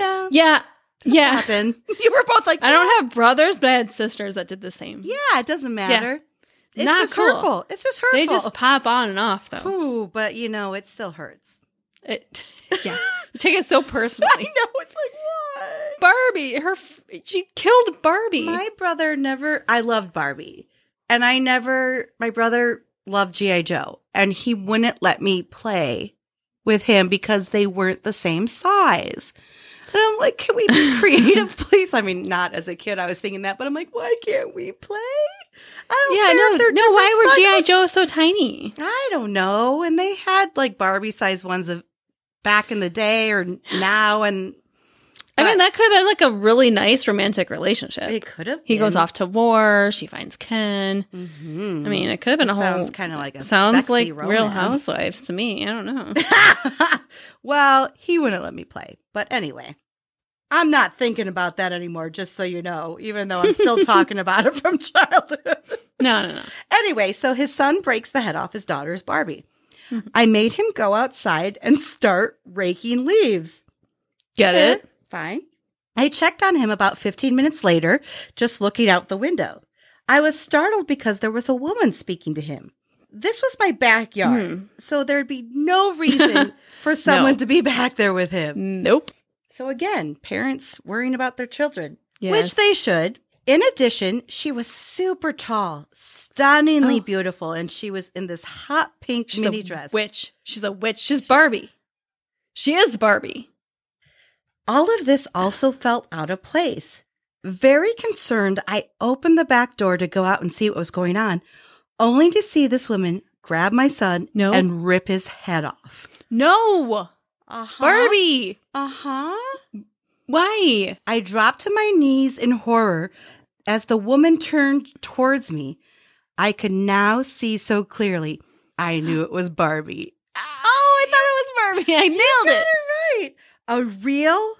Yeah.
yeah. Yeah.
Happened. You were both like,
I don't have brothers, but I had sisters that did the same.
Yeah, it doesn't matter. It's
Not
just
cool.
hurtful. It's just hurtful.
They just pop on and off though.
Ooh, but you know, it still hurts.
It, yeah. You take it so
I
personally.
know. It's like, what?
Barbie, her f- she killed Barbie.
My brother never. I loved Barbie, and I never. My brother loved GI Joe, and he wouldn't let me play with him because they weren't the same size. And I'm like, can we be creative, please? I mean, not as a kid, I was thinking that, but I'm like, why can't we play? I don't
yeah,
care
no,
if they're
no. Why were
different
GI
sizes.
Joe so tiny?
I don't know. And they had like Barbie size ones of back in the day or now, and
I
But-
mean, that could have been like a really nice romantic relationship.
it could have.
he goes off to war. She finds Ken.
hmm
I mean, it could have been a
sounds
whole.
kind of like a
sounds
sexy
like Real
romance.
Housewives to me. I don't know.
well, he wouldn't let me play. But anyway, I'm not thinking about that anymore, just so you know, even though I'm still talking about it from childhood.
No, no, no.
anyway, so his son breaks the head off his daughter's Barbie.
Mhm.
I made him go outside and start raking leaves.
Get it?
Fine. I checked on him about 15 minutes later, just looking out the window. I was startled because there was a woman speaking to him. This was my backyard,
Hmm.
so there'd be no reason for someone
No.
to be back there with him.
Nope.
So again, parents worrying about their children,
Yes.
which they should. In addition, she was super tall, stunningly
Oh.
beautiful, and she was in this hot pink
She's
mini
a
dress.
witch. She's a witch. She's Barbie. She is Barbie.
All of this also felt out of place. Very concerned, I opened the back door to go out and see what was going on, only to see this woman grab my son
No.
and rip his head off.
No,
Uh-huh.
Barbie.
Uh huh.
Why?
I dropped to my knees in horror as the woman turned towards me. I could now see so clearly. I knew it was Barbie.
Oh, I thought it was Barbie. I nailed it.
right. A real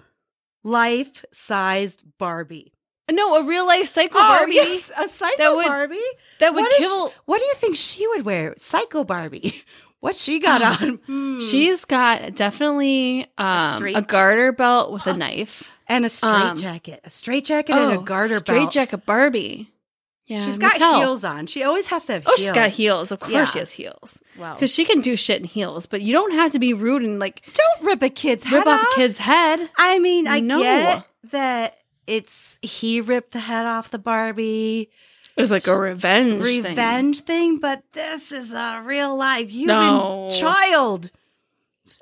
life sized Barbie.
No, a real life psycho
Oh,
Barbie
yes, a psycho
That would-
Barbie.
that would
What is-
kill.
What do you think she would wear? Psycho Barbie. What's she got
Ah,
on? Hmm.
She's got definitely um,
straight-
a, garter belt with a knife.
and a straight
um, oh,
jacket, a straight jacket, and a garter
straight
belt.
jacket Barbie. Yeah,
she's
I
got
can tell.
heels on. She always has to have.
Oh,
heels.
she's got heels. Of course,
Yeah. Oh,
she has heels
Wow.
because she can do shit in heels. But you don't have to be rude and like
Don't rip a kid's head
rip off
off.
a kid's head.
I mean, I
No.
get that it's he ripped the head off the Barbie
It was like a revenge, thing.
revenge thing. but this is a real life human
No.
child.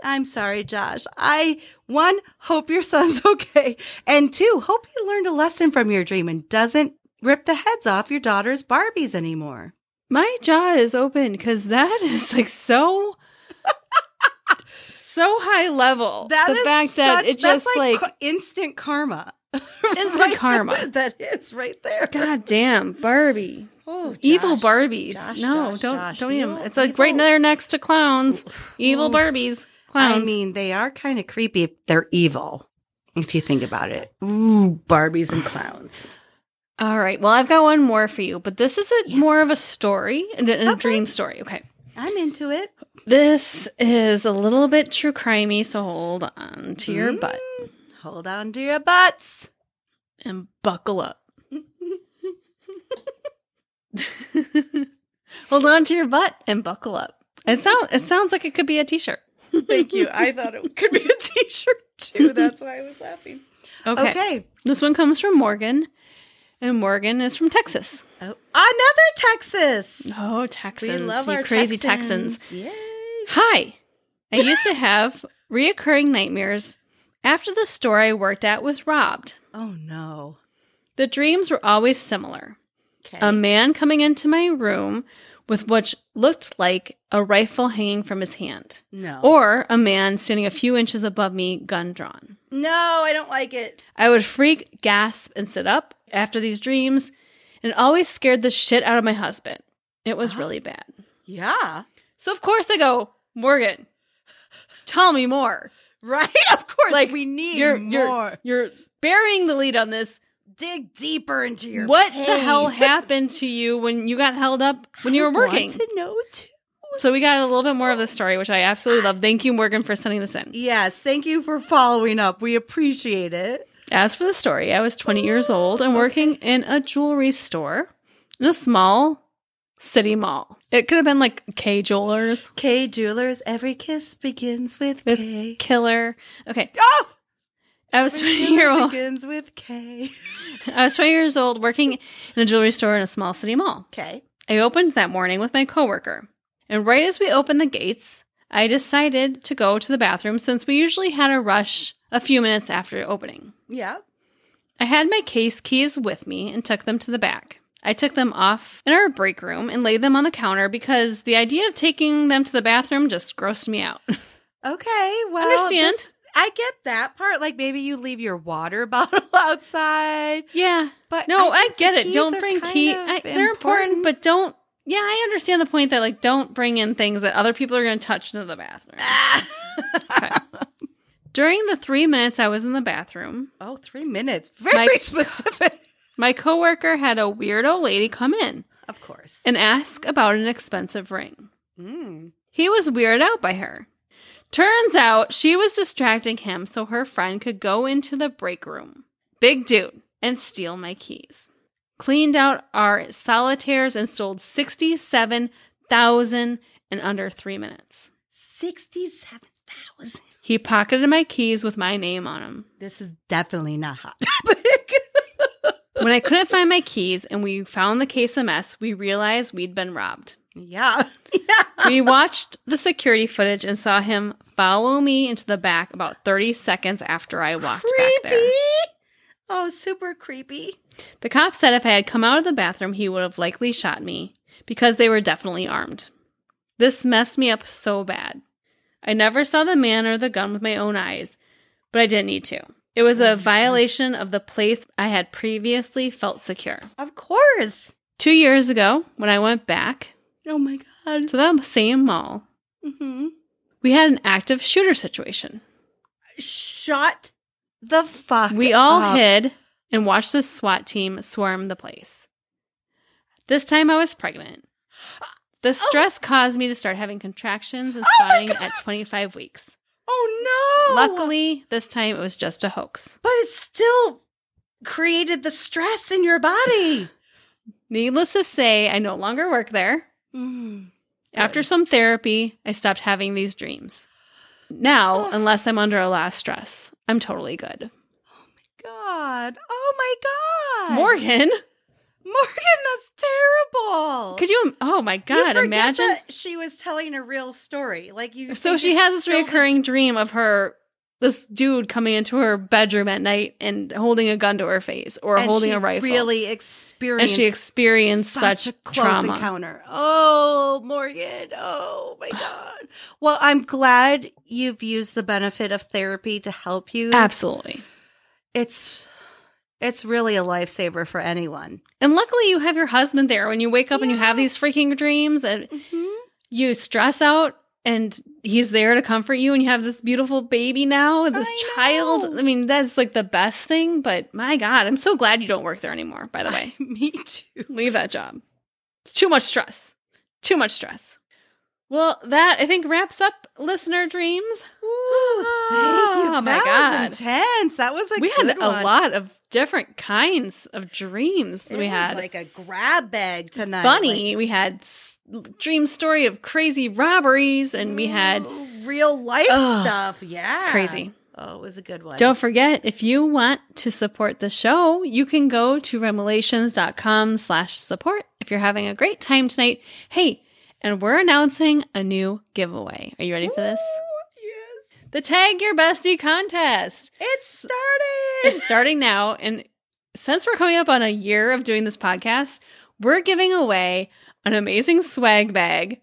I'm sorry, Josh. I one hope your son's okay, and two hope he learned a lesson from your dream and doesn't rip the heads off your daughter's Barbies anymore.
My jaw is open because that is like so, so high level.
That
the
is
fact that
such-
it
that's
just like,
ca- instant karma.
Instant
Right
karma.
there. That is right there.
god damn Barbie,
Oh,
evil
Josh,
Barbies.
Josh,
no,
Josh,
don't
Josh.
don't eat 'em.
No,
It's like right
evil-
there next to clowns, evil Barbies, clowns.
I mean, they are kind of creepy. if They're evil, if you think about it. Ooh, Barbies and clowns.
All right. Well, I've got one more for you, but this is a
Yes.
more of a story and a, and a
Okay.
dream story. Okay.
I'm into it.
This is a little bit true crimey, so hold on to your
Mm.
butt
Hold on to your butts.
and buckle up. hold on to your butt and buckle up.
Mm.
It sounds it sounds like it could be a t-shirt.
Thank you. I thought it could be a T-shirt too. That's why I was laughing.
Okay.
Okay.
This one comes from Morgan, and Morgan is from Texas.
Oh, another Texas.
Oh, Texans.
we love
you
our
crazy
Texans.
Texans.
Yay.
Hi. I used to have reoccurring nightmares after the store I worked at was robbed.
Oh no.
The dreams were always similar.
Okay.
A man coming into my room with what looked like a rifle hanging from his hand,
no.
or a man standing a few inches above me, gun drawn.
no, I don't like it.
I would freak, gasp, and sit up after these dreams, and it always scared the shit out of my husband. It
Ah.
was really bad.
Yeah.
So, of course, I go, Morgan, tell me more.
Right. Of course.
Like,
we need
you're
more.
you're you're burying the lead on this.
dig deeper into your
what the
pain.
hell happened to you when you got held up when you
I
were working?
Want to know too.
So we got a little bit more of the story, which I absolutely love. Thank you, Morgan, for sending this in.
Yes, thank you for following up. We appreciate it.
As for the story, I was 20 years old and working in a jewelry store in a small city mall. It could have been like K Jewelers,
K Jewelers, every kiss begins with,
With
K.
Killer. Okay,
Oh,
I was 20 year old.
begins with K.
I was 20 years old working in a jewelry store in a small city mall.
Okay.
I opened that morning with my coworker. And right as we opened the gates, I decided to go to the bathroom since we usually had a rush a few minutes after opening.
Yeah.
I had my case keys with me and took them to the back. I took them off in our break room and laid them on the counter because the idea of taking them to the bathroom just grossed me out.
Okay. Well,
Understand.
this- I get that part. Like maybe you leave your water bottle outside,
yeah.
but
No, I,
think the
get it.
keys
Don't
are
bring
kind
key.
of
I, they're important, but don't. Yeah, I understand the point that like don't bring in things that other people are going to touch into the bathroom. During the three minutes I was in the bathroom,
oh, three minutes. Very
Like-
specific.
my coworker had a weirdo lady come in
Of course.
and ask about an expensive ring.
Mm.
He was weirded out by her. Turns out she was distracting him so her friend could go into the break room. Big dude. And steal my keys. Cleaned out our solitaires and sold 67,000 in under three minutes.
Sixty-seven thousand.
He pocketed my keys with my name on them.
This is definitely not hot topic.
When I couldn't find my keys and we found the case a mess, we realized we'd been robbed.
yeah. Yeah.
We watched the security footage and saw him follow me into the back about 30 seconds after I walked back there.
Creepy. Oh, super creepy.
The cop said if I had come out of the bathroom, he would have likely shot me because they were definitely armed. This messed me up so bad. I never saw the man or the gun with my own eyes, but I didn't need to. It was a violation of the place I had previously felt secure.
Of course.
Two years ago, when I went back
Oh my god.
to the same mall,
hmm
we had an active shooter situation.
Shut the fuck.
We all
up.
hid and watched the SWAT team swarm the place. This time I was pregnant. The stress caused me to start having contractions and
Oh my
spotting
God.
at 25 weeks.
Oh no.
Luckily, this time it was just a hoax.
but it still created the stress in your body.
Needless to say, I no longer work there.
Mm.
After some therapy, I stopped having these dreams. Now,
Ugh.
unless I'm under a lot of stress, I'm totally good.
God. Oh my god. Morgan,
Morgan,
that's terrible.
could you? Oh my
You
God,
forget
imagine.
that she was telling a real story. Like you
So
think
she
it's
has this
still the-
recurring dream of her, this dude coming into her bedroom at night and holding a gun to her face or
and
holding
she
a rifle.
Really experienced
and she experienced such,
a close
trauma.
encounter. Oh, Morgan. Oh my god. Well, I'm glad you've used the benefit of therapy to help you.
Absolutely.
It's it's really a lifesaver for anyone.
And luckily, you have your husband there when you wake up and you have these
Yes.
freaking dreams and
Mm-hmm.
you stress out, and he's there to comfort you. And you have this beautiful baby now, this
I
child.
know.
I mean, that's like the best thing. But my God, I'm so glad you don't work there anymore, by the way.
Me too.
leave that job. It's too much stress. Too much stress. Well, that I think wraps up listener dreams.
Ooh, thank you.
Oh, my
that
God.
was intense. That was a
we
good
had a
one.
lot of different kinds of dreams.
It
we
was
had
like a grab bag tonight.
funny.
like-
we had s- dream story of crazy robberies, and we had
Ooh, real life
Ugh.
stuff. Yeah.
crazy.
Oh, it was a good one.
Don't forget, if you want to support the show, you can go to remelations.com slash support. If you're having a great time tonight, hey, and we're announcing a new giveaway. Are you ready for this?
Ooh, yes.
The Tag Your Bestie contest.
It
It's
started.
starting now. And since we're coming up on a year of doing this podcast, we're giving away an amazing swag bag.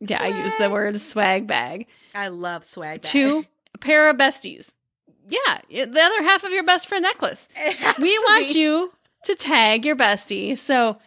Yeah, I use the
Swag.
word swag bag
I love swag. bag.
to a pair of besties. Yeah, it- the other half of your best friend necklace.
It has
We
to
want
be.
you to tag your bestie. So,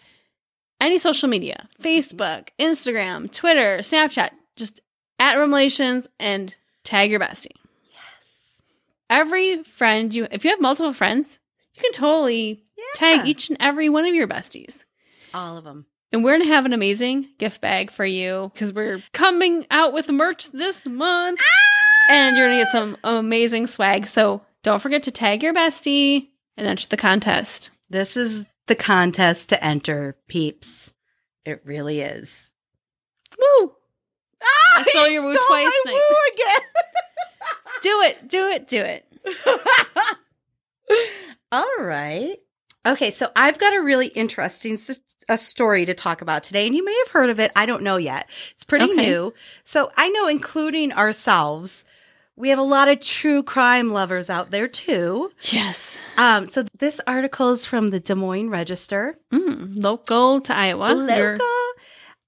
any social media Facebook, Instagram, Twitter, Snapchat, just at Remelations and tag your bestie.
Yes.
every friend you if you have multiple friends you you can totally
Yeah.
tag each and every one of your besties.
All of them.
And we're going to have an amazing gift bag for you because we're coming out with merch this month.
Ah!
And you're going to get some amazing swag. So don't forget to tag your bestie and enter the contest.
This is the contest to enter, peeps. It really is.
Woo!
Ah,
I stole
he
your woo
stole
twice,
my
Nick.
woo again.
Do it, do it, do it.
All right. Okay, so I've got a really interesting s- a story to talk about today, and you may have heard of it. I don't know yet. It's pretty
Okay.
new. So I know, including ourselves, we have a lot of true crime lovers out there too.
Yes.
Um, so this article is from the Des Moines Register.
Mm, local to Iowa. your
Local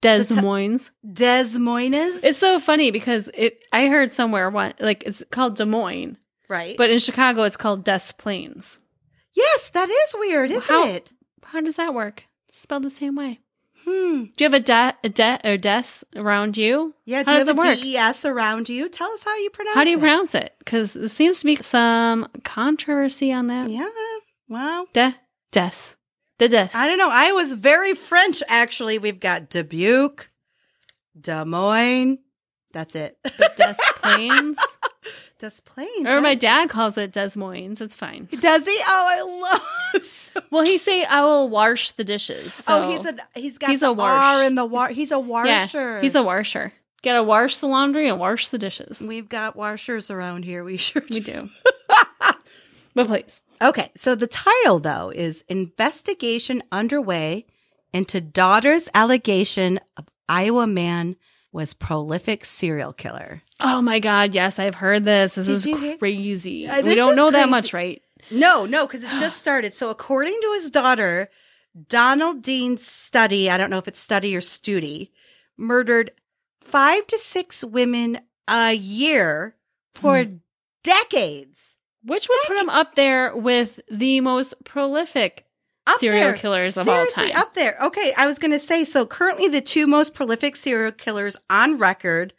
Des Moines.
Des Moines.
It's so funny because it. I heard somewhere one like it's called Des Moines,
right.
but in Chicago it's called Des Plaines.
yes, that is weird, isn't
How-
it?
How does that work? Spelled the same way.
Hmm.
Do you have a de, a de or des around you?
Yeah,
How
do
does
you
it
have
work?
a DES around you? Tell us how you pronounce
How do you
it.
pronounce it? Because there seems to be some controversy on that.
Yeah. Well,
De des de des.
I don't know. I was very French, actually. We've got Dubuque, Des Moines. That's it.
But Des Plaines,
Des Plaines.
or my
that-
dad calls it Des Moines. It's fine.
Does he? Oh, I love. So,
Well, he say I will wash the dishes. So.
oh, he's a he's got
He's
the
a wash.
R in the war. He's, a washer.
Yeah, he's a washer. Gotta wash the laundry and wash the dishes.
We've got washers around here. We sure do.
We do. but please.
Okay, so the title though is Investigation Underway into Daughter's Allegation of Iowa Man Was Prolific Serial Killer.
Oh my God. Yes, I've heard this. This
Did you hear-
is crazy.
Uh,
we
this
don't
is
know that
crazy.
much, right?
No, no, because it just started. So according to his daughter, Donald Dean Study, I don't know if it's Study or Studi, murdered five to six women a year for decades.
Which would put him up there with the most prolific.
up
serial
there.
killers of all
Seriously,
time.
Up there. Okay, I was going to say so. Currently, the two most prolific serial killers on record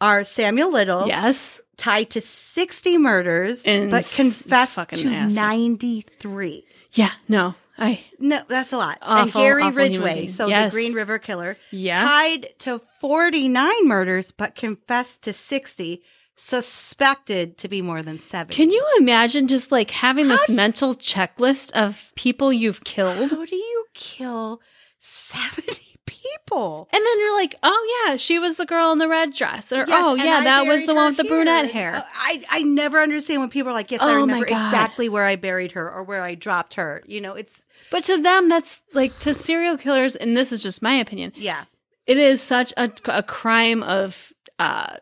are Samuel Little,
Yes.
tied to sixty murders,
And
but
s-
confessed
fucking
to
asshole.
ninety-three.
Yeah. No. I.
No, that's a lot. and
Awful,
Gary
awful human
Ridgway,
being.
so
Yes.
the Green River Killer,
Yeah.
tied to forty-nine murders, but confessed to sixty. Suspected to be more than seventy.
Can you imagine just like having this mental checklist of people you've killed?
How do you kill seventy people?
And then you're like, oh yeah, she was the girl in the red dress, or
Yes,
oh
and
yeah,
I
that was
buried
the
her
one with the
here. Uh, Oh,
brunette hair.
I, I never understand when people are like, yes, I
Oh, my
remember
God.
exactly where I buried her or where I dropped her. You know, it's,
But to them, that's like to serial killers, and this is just my opinion.
yeah.
It is such a, a crime of uh,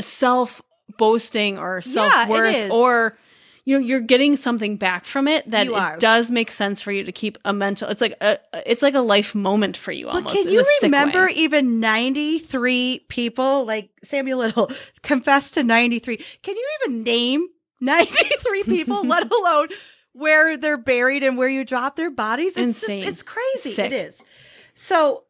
self boasting or self worth,
is.
or you know, you're getting something back from it that
You are.
it does make sense for you to keep a mental. It's like a it's like a life moment for you almost.
but can
in
you
a sick
remember
way.
even 93 people, like Samuel Little confessed to 93? Can you even name 93 people, let alone where they're buried and where you drop their bodies? It's
Insane.
just, it's crazy.
Sick.
It is. So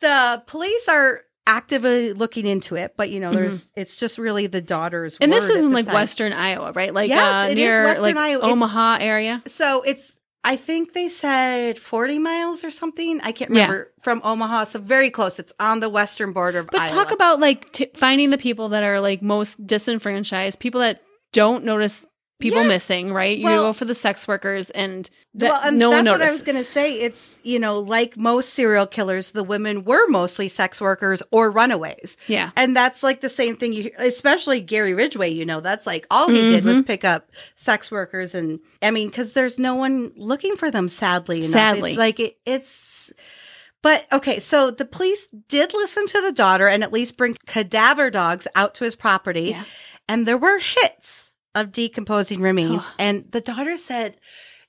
the police are actively looking into it, but you know, there's, it's just really the daughter's.
Mm-hmm. And this
word at
isn't
the
like
time.
Western Iowa, right? Like
Yes,
uh,
it is
near
Western
like
Iowa. It's-
Omaha area.
So it's I think they said 40 miles or something. I can't
Yeah.
remember from Omaha. So very close. It's on the western border of
But
Iowa.
talk about like t- finding the people that are like most disenfranchised, people that don't notice people
Yes.
missing, right? You
Well-
go for the sex workers and that
well, and
no
that's
one
what I
notices.
was going to say. It's, you know, like most serial killers, the women were mostly sex workers or runaways.
Yeah.
And that's like the same thing you especially Gary Ridgway, you know, that's like all he did
Mm-hmm.
was pick up sex workers and I mean cuz there's no one looking for them sadly enough.
Sadly.
It's like it, it's but okay, so the police did listen to the daughter and at least bring cadaver dogs out to his property
Yeah.
and there were hits of decomposing remains and the daughter said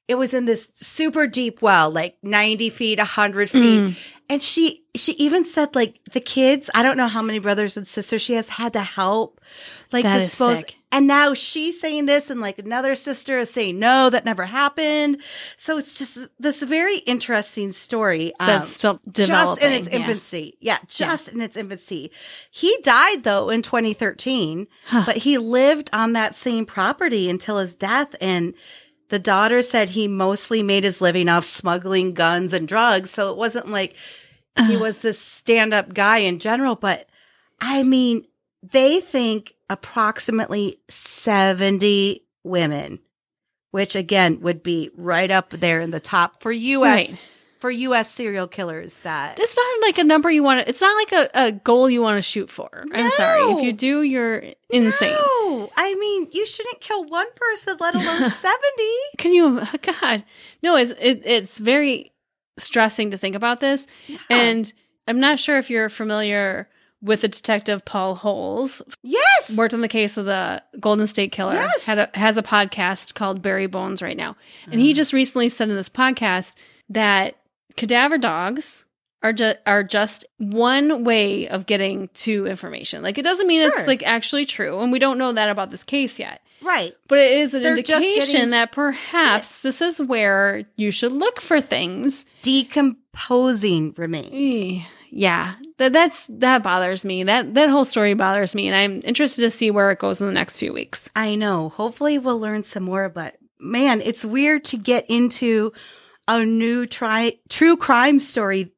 it was in this super deep well like 90 feet 100 feet
Mm.
and she she even said like the kids i don't know how many brothers and sisters she has had to help like
That is
dispose
sick.
and now she's saying this and like another sister is saying no that never happened so it's just this very interesting story um,
That's still developing.
just in its
yeah.
infancy. Yeah, just in its infancy. He died though in 2013, but he lived on that same property until his death. And The daughter said he mostly made his living off smuggling guns and drugs. So it wasn't like he was this stand up guy in general. But I mean, they think approximately 70 women, which again would be right up there in the top for US.
Right.
For U.S. serial killers, that
It's not like a number you want to, it's not like a, a goal you want to shoot for. I'm sorry. If
No.
you do, you're insane.
No, I mean you shouldn't kill one person, let alone seventy.
Can you, God. No, it's, it, it's very stressing to think about this. And I'm not sure if you're familiar with the detective Paul Holes,
yes,
worked on the case of the Golden State Killer.
Yes.
Had a, has a podcast called Barry Bones right now, and he just recently said in this podcast that cadaver dogs are just are just one way of getting to information. Like it doesn't mean
Sure.
it's like actually true, and we don't know that about this case yet.
right.
But it is an
They're just
indication
getting-
that perhaps this is where you should look for things.
Decomposing remains.
Eh, Yeah, that that's that bothers me. That that whole story bothers me, and I'm interested to see where it goes in the next few weeks.
I know. Hopefully, we'll learn some more. But man, it's weird to get into a new tri- true crime story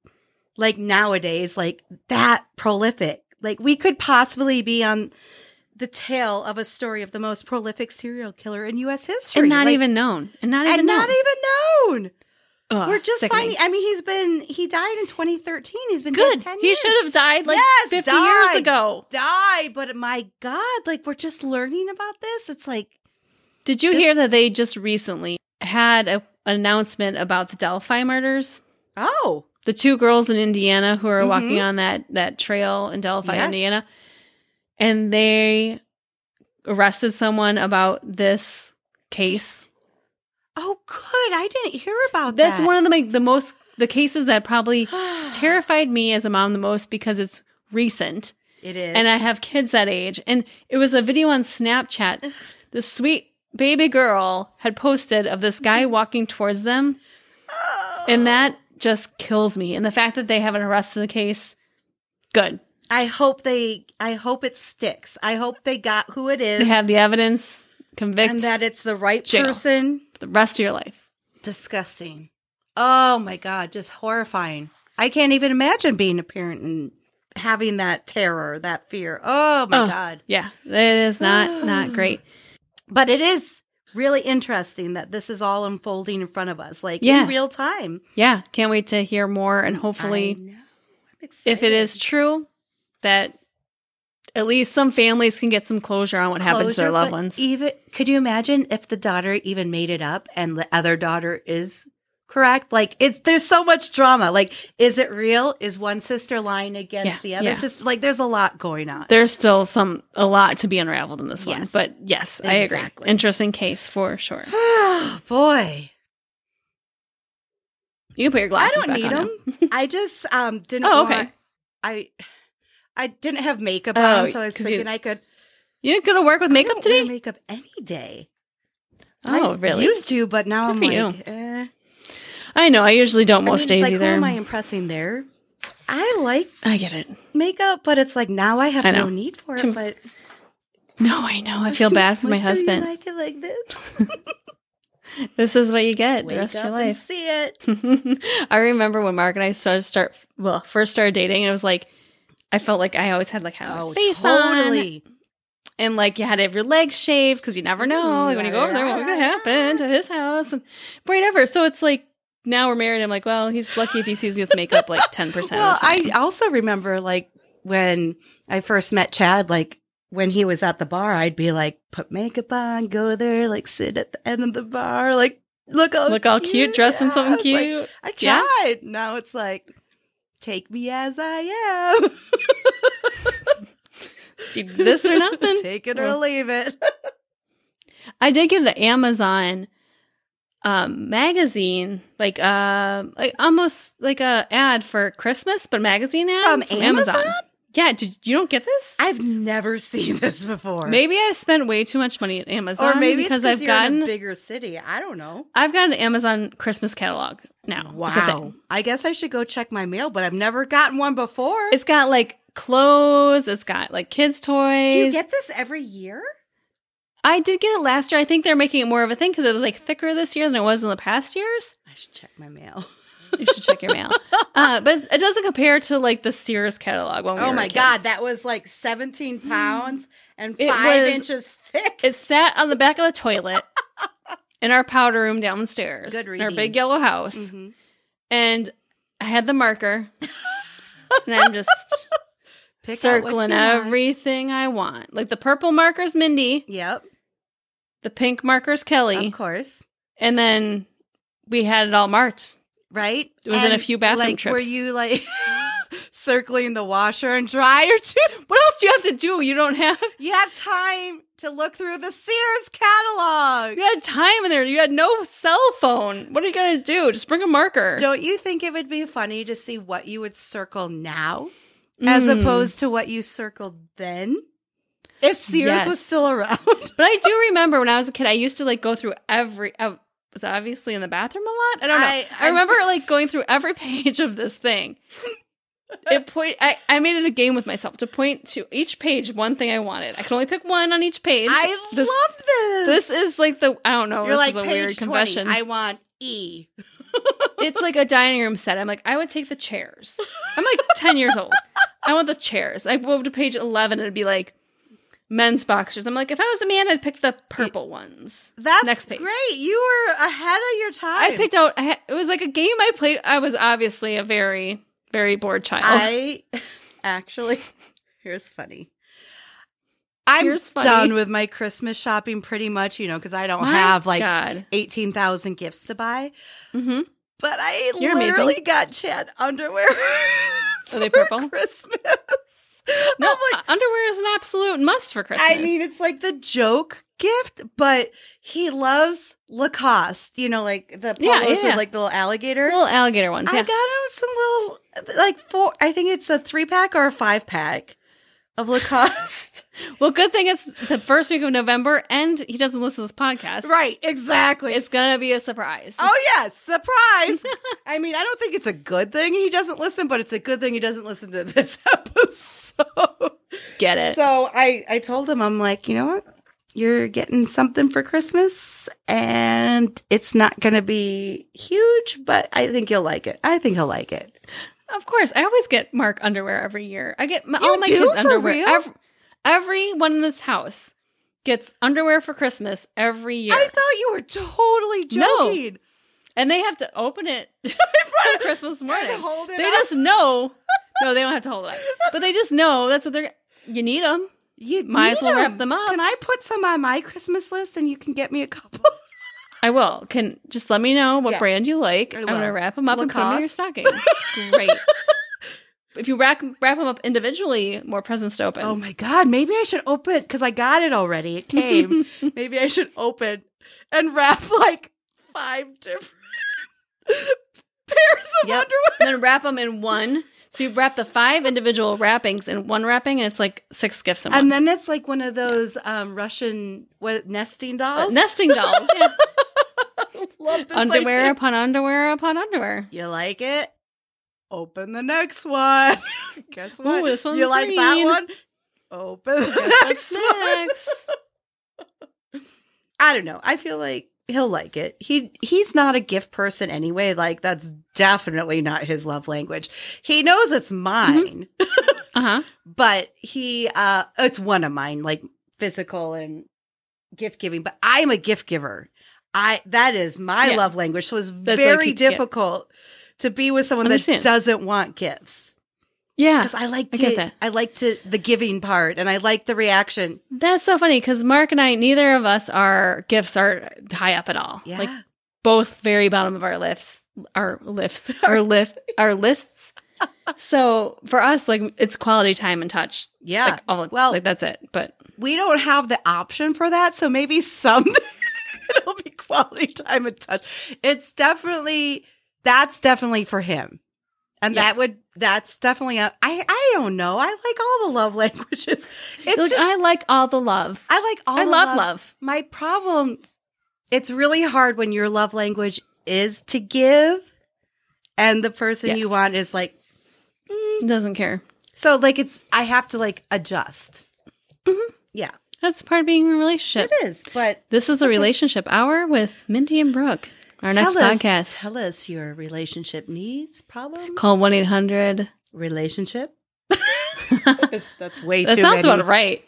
like nowadays, like that prolific. Like we could possibly be on the tail of a story of the most prolific serial killer in U.S. history,
and not
Like,
even known, and not
and
even
not
known.
even known.
Ugh,
We're just
sickening.
finding. I mean, he's been he died in 2013. He's been
good.
Dead 10
He
years.
should have died like
Yes,
50
died.
years ago.
die. But my God, like we're just learning about this. It's like
Did you
This-
hear that they just recently had a, an announcement about the Delphi murders?
oh
The two girls in Indiana who are walking
Mhm.
on that that trail in Delphi,
Yes.
Indiana, and they arrested someone about this case.
oh good. I didn't hear about
That's
that.
one of the like, the most the cases that probably
one
terrified me as a mom the most because it's recent.
It is.
and I have kids that age. And it was a video on Snapchat. The sweet baby girl had posted of this guy walking towards them,
Oh.
and that just kills me. And the fact that they haven't arrested the case, good.
I hope they. I hope it sticks. I hope they got who it is
They have the evidence, convict
and that it's the right
Jail.
person.
the rest of your life.
Disgusting. Oh my God, just horrifying. I can't even imagine being a parent and having that terror, that fear. Oh my
Ugh.
God.
Yeah, it is not not great.
But it is really interesting that this is all unfolding in front of us, like
Yeah.
in real time.
Yeah, can't wait to hear more. And
I
hopefully,
know. I'm
if it is
excited.
true, that at least some families can get some closure on what happened to their
Closure,
loved
but
ones.
Even could you imagine if the daughter even made it up and the other daughter is correct? Like it there's so much drama. Like, is it real? Is one sister lying against
Yeah,
the other
yeah.
sister? Like there's a lot going on.
there's still some a lot to be unraveled in this one
Yes.
but yes i
Exactly.
agree interesting case for sure
Oh boy.
you can put your
I
glasses
don't
back
need
on now.
them. I just um didn't
Oh, okay.
want I I didn't have makeup
Oh,
on, so I was
'cause you-
thinking I could
you're gonna work with
I
makeup
don't wear
today
makeup any day.
oh
I
really
Used to, but now I'm
Good for
like, eh.
i know i usually don't
I mean,
most
it's
days
like, who
either
am I impressing there? I like
i get it
makeup, but it's like now I have
I
no
know.
need for it.
Too-
But
no i know i feel bad for my
like,
husband
Do you like it like this?
this is what you get the
Wake
rest of
up
your
and
life
see it.
i remember when mark and i started start well first started dating and it was like i felt like i always had like had my face on
Oh, totally.
and like you had to have your legs shaved because you never know
Mm,
like when you go over there what
yeah.
could happen to his house and whatever so it's like now we're married i'm like well he's lucky if he sees me with makeup like 10%
Well,
of the time.
I also remember like when I first met Chad, like when he was at the bar, I'd be like, put makeup on, go there, like sit at the end of the bar, like look all
look all cute, dressed in
Yeah. I
something
was like,
cute
I
Yeah.
tried. Now it's like, take me as I am.
See, this or nothing
take it or
Well.
leave it.
i did get an amazon um magazine like uh like almost like a ad for christmas but magazine ad
From Amazon?
yeah did you don't get this
I've never seen this before.
maybe i spent way too much money at amazon
or maybe
because
it's
i've
you're in
gotten
a bigger city. I don't know.
I've got an Amazon Christmas catalog now. It's a thing.
I guess I should go check my mail, but I've never gotten one before.
It's got like clothes, it's got like kids' toys.
Do you get this every year?
I did get it last year. I think they're making it more of a thing because it was like thicker this year than it was in the past years.
I should check my mail.
You should check your mail. Uh, but it's- it doesn't compare to like the Sears catalog. When we
oh
were
my
kids.
god, that was like 17 pounds and
It
five
was-
inches thick.
It sat on the back of the toilet in our powder room downstairs
Good
in our
reading.
big yellow house.
Mhm.
And I had the marker, and I'm just
Pick out what
circling
you want.
everything I want. Like the purple marker's Mindy,
Yep,
the pink marker's Kelly,
of course.
and then we had it all marked.
Right?
Within a few bathroom
like, Were
trips.
you like circling the washer and dryer too?
What else do you have to do? You don't have
You have time to look through the Sears catalog.
you had time in there. You had no cell phone. What are you gonna do? Just bring a marker.
Don't you think it would be funny to see what you would circle now as
Mm.
opposed to what you circled then? If Sears
Yes.
was still around.
But I do remember when I was a kid, I used to like go through every. I was obviously in the bathroom a lot. I don't know.
I-
I,
I-
remember like going through every page of this thing. It point. I, I made it a game with myself to point to each page one thing I wanted. I could only pick one on each page.
I
this,
love this.
This is like the I don't know.
You're
this
like
is a
page
weird
20.
confession.
I want E.
it's like a dining room set. I'm like I would take the chairs. I'm like ten years old. I want the chairs. I go to page eleven and it'd be like men's boxers. I'm like if I was a man, I'd pick the purple ones.
That's
Next page.
great. You were ahead of your time.
I picked out. I, ha- it was like a game I played. I was obviously a very, very bored child.
I actually, here's funny. I'm
Here's funny.
done with my Christmas shopping pretty much, you know, because I don't
My
have like
God.
18,000 gifts to buy.
hmm
But I
You're amazing.
literally got Chad underwear.
Are they
for
purple?
Christmas.
No,
I'm like,
uh, underwear is an absolute must for Christmas.
I mean, it's like the joke gift, but he loves Lacoste, you know, like the polos
Yeah, yeah.
with like the little alligator.
little alligator ones.
I
Yeah,
got him some little, like four, I think it's a three pack or a five pack of Lacoste.
well, good thing it's the first week of November, and he doesn't listen to this podcast.
right, exactly.
It's gonna be a surprise.
oh, yeah, surprise. I mean, I don't think it's a good thing he doesn't listen, but it's a good thing he doesn't listen to this episode.
Get it?
So I, I told him, I'm like, you know what? You're getting something for Christmas and it's not going to be huge, but I think you'll like it. I think he'll like it.
of course, I always get Mark underwear every year. I get my,
You
all my
do,
kids
for
underwear.
real?
Every, everyone in this house gets underwear for Christmas every year,
I thought you were totally
No.
joking.
and they have to open it on Christmas morning.
And hold it
they
up.
just know. No, they don't have to hold it up. But they just know that's what they're. You need them.
You
Might as
need
well wrap
'em.
them up.
Can I put some on my Christmas list and you can get me a couple?
I will. Can just let me know what
Yeah.
brand you like.
I
I'm gonna
will.
wrap them up and put them in your
Lacoste.
stocking. Great. If you wrap wrap them up individually, more presents to open.
oh my God. Maybe I should open because I got it already. It came. maybe I should open and wrap like five different pairs of
Yep.
underwear.
and then wrap them in one. So you wrap the five individual wrappings in one wrapping, and it's like six gifts in one.
And then it's like one of those um, Russian what, nesting
Uh,
dolls.
nesting dolls, yeah.
Love this
underwear
idea.
upon underwear upon underwear.
You like it? Open the next one. Guess what?
Ooh, this one's
you like that
green.
one? Open the
What's
next one.
next?
I don't know. I feel like he'll like it. He he's not a gift person anyway. Like that's definitely not his love language. He knows it's
Mm-hmm.
mine,
Uh huh.
but he uh it's one of mine, like physical and gift giving. But I'm a gift giver. I that is my
Yeah.
love language. So it's
like
very
his gift.
difficult to be with someone
Understand.
that doesn't want gifts
Yeah.
because I like to
I get
I,
that.
like to the giving part and I like the reaction.
That's so funny because Mark and I, neither of us are gifts are high up at all.
Yeah,
Like both very bottom of our lifts, our lifts, our lift, our lists. So for us, like it's quality time and touch.
yeah.
Like all
Well-
well, like that's it. But
we don't have the option for that. So maybe someday it'll be quality time and touch. It's definitely, that's definitely for him. And
Yeah.
that would, that's definitely, a, I, I don't know. I like all the love languages. It's
look,
just, I,
I like all the love. I,
like all the
love, love.
My problem, it's really hard when your love language is to give and the person you
Yes.
want is like,
Doesn't care.
so like it's, I have to like adjust.
Mhm.
Yeah.
That's part of being in a relationship.
It is, but
This is the relationship hour with Mindy and Brooke. Our next
tell us-
podcast.
Tell us your relationship needs, problems.
Call 1 800.
relationship. That's way
That
too
sounds
many.
about right.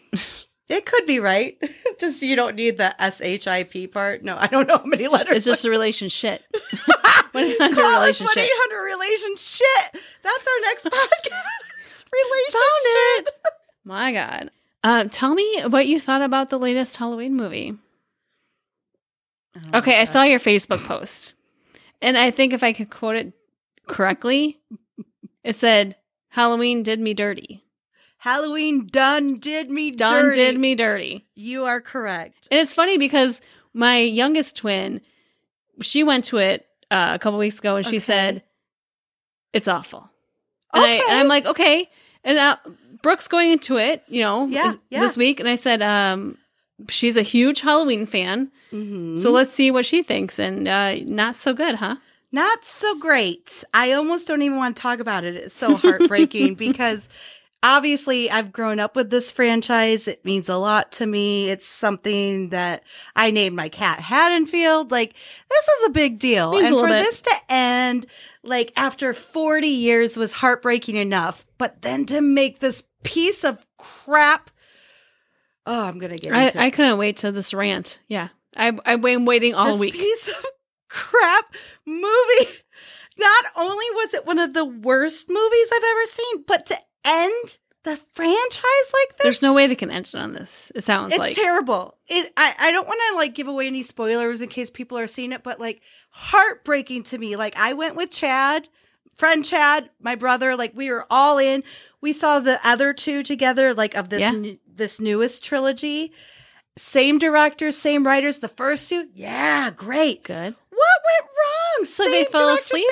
It could be right. just you don't need the S H I P part. No, I don't know how many letters.
It's just a relationship. 1 800
Call us one
relationship.
eight hundred relationship. That's our next podcast. relationship.
My God. Uh, tell me what you thought about the latest Halloween movie.
Oh,
Okay, I
God.
saw your Facebook post. And I think if I could quote it correctly, it said, Halloween did me dirty.
Halloween done did me
Don
dirty.
did me dirty.
You are correct.
And it's funny because my youngest twin, she went to it uh, a couple weeks ago and she
Okay.
said, it's awful. And, I, and
Okay.
I'm like, okay. And uh, Brooke's going into it, you know,
Yeah,
this,
yeah.
this week. And I said, um, she's a huge Halloween fan.
Mhm.
So let's see what she thinks. And uh, not so good, huh?
Not so great. I almost don't even want to talk about it. It's so heartbreaking because obviously I've grown up with this franchise. It means a lot to me. It's something that I named my cat Haddonfield. Like this is a big deal.
Means a
and for
little bit.
this to end like after 40 years was heartbreaking enough, but then to make this piece of crap Oh, I'm going to get into
I,
it.
I couldn't wait to this rant. Yeah. I, I've been waiting all
this
week.
piece of crap movie. Not only was it one of the worst movies I've ever seen, but to end the franchise like this,
There's no way they can end it on this. It sounds
it's
like.
terrible. It, I, I don't want to like give away any spoilers in case people are seeing it, but like heartbreaking to me. Like I went with Chad, friend Chad, my brother. Like we were all in. We saw the other two together, like of this
Yeah.
n- this newest trilogy. Same directors, same writers. The first two, yeah, great.
Good.
What went wrong?
So they fell asleep?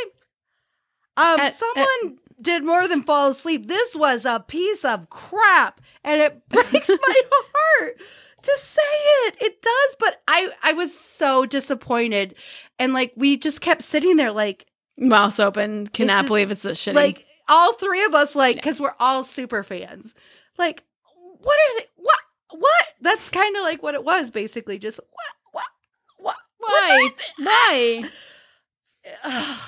same- Um,
At-
someone did more than fall asleep. This was a piece of crap, and it breaks my heart to say it. It does, but I I was so disappointed, and like we just kept sitting there, like
Mouths open. Cannot
is-
believe it's this shitty.
like all three of us, like because we're all super fans. Like, what are they? What what? That's kind of like what it was, basically. Just what what what
Why? Why?
Ugh.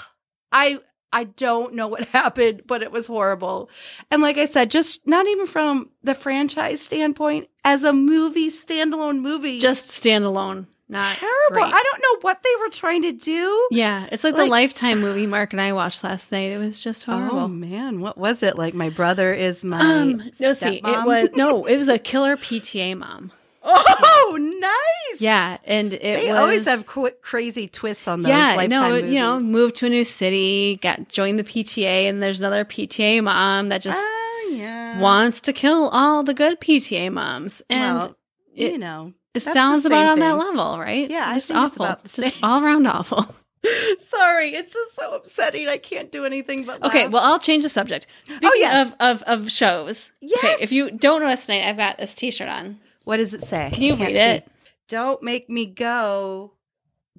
I I don't know what happened, but it was horrible. And like I said, just not even from the franchise standpoint, as a movie, standalone movie,
Just standalone. Not
terrible.
great.
I don't know what they were trying to do.
Yeah, it's like, the
Like-
Lifetime movie Mark and I watched last night. It was just
Oh
horrible.
man, what was it? Like my brother is my
um, let's see. It
stepmom.
was no, it was a killer PTA mom.
Oh, nice.
Yeah, and it
They
was,
always have qu- crazy twists on those
yeah,
lifetime
no,
movies.
you know, moved to a new city, got joined the PTA, and there's another PTA mom that just
Oh, yeah.
wants to kill all the good PTA moms, and
Well,
it-
you know.
it
that's the
sounds about
same
on that
thing.
level, right?
Yeah, I
just
think it's
awful,
about the
just
same.
all around awful.
Sorry, it's just so upsetting. I can't do anything but
Okay,
laugh.
well, I'll change the subject. Speaking
oh, yes.
of, of of shows,
Yes.
Okay, if you don't know us tonight, I've got this T-shirt on.
What does it say?
Can you
Can't
read
see.
it?
Don't make me go.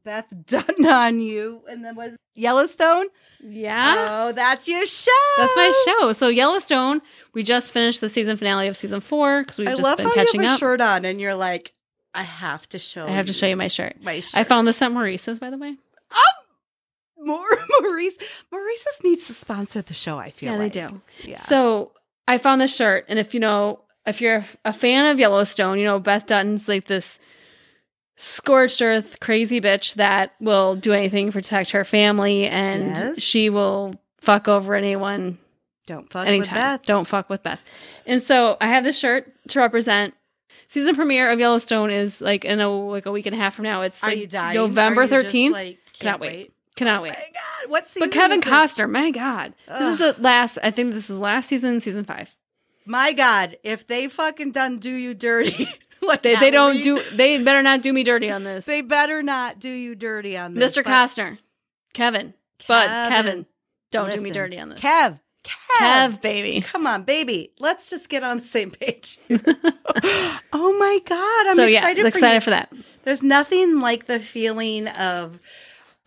Beth Dunn on you. And then was Yellowstone?
Yeah,
Oh, that's your show.
Ah, that's my show. So Yellowstone, we just finished the season finale of season four because we've
I
just
love
been
how you
catching
have a
up.
shirt on and you're like, I have to show
I have to show you my shirt.
my shirt.
I found this at Maurice's, by the way.
more Maurice. Maurice's needs to sponsor the show, I feel like. Yeah.
So I found this shirt, and if you know, if you're a, a fan of Yellowstone, you know Beth Dutton's like this scorched earth crazy bitch that will do anything to protect her family, and
Yes.
she will fuck over anyone
Don't fuck with
anytime.
Beth.
Don't fuck with Beth. And so I have this shirt to represent. Season premiere of Yellowstone is like in a like a week and a half from now. It's
Are
like
you dying? Are
November
you just,
thirteenth.
Like,
Cannot
can't
wait.
wait.
Cannot
Oh
wait.
my God. What season
But Kevin
is this?
Costner, my God, this is
Ugh.
the last. I think this is last season, season five.
My God. If they fucking done do you dirty. like
They, they don't
Halloween,
do. They better not do me dirty on this,
They better not do you dirty on this.
Mr.
but-
Costner, Kevin, Bud,
Kevin,
Kevin. Don't do me
listen.
dirty on this,
Kev. Kev.
Kev, baby.
Come on, baby. Let's just get on the same page. oh my God. I'm
so yeah,
excited,
excited,
for,
excited
you.
for that.
There's nothing like the feeling of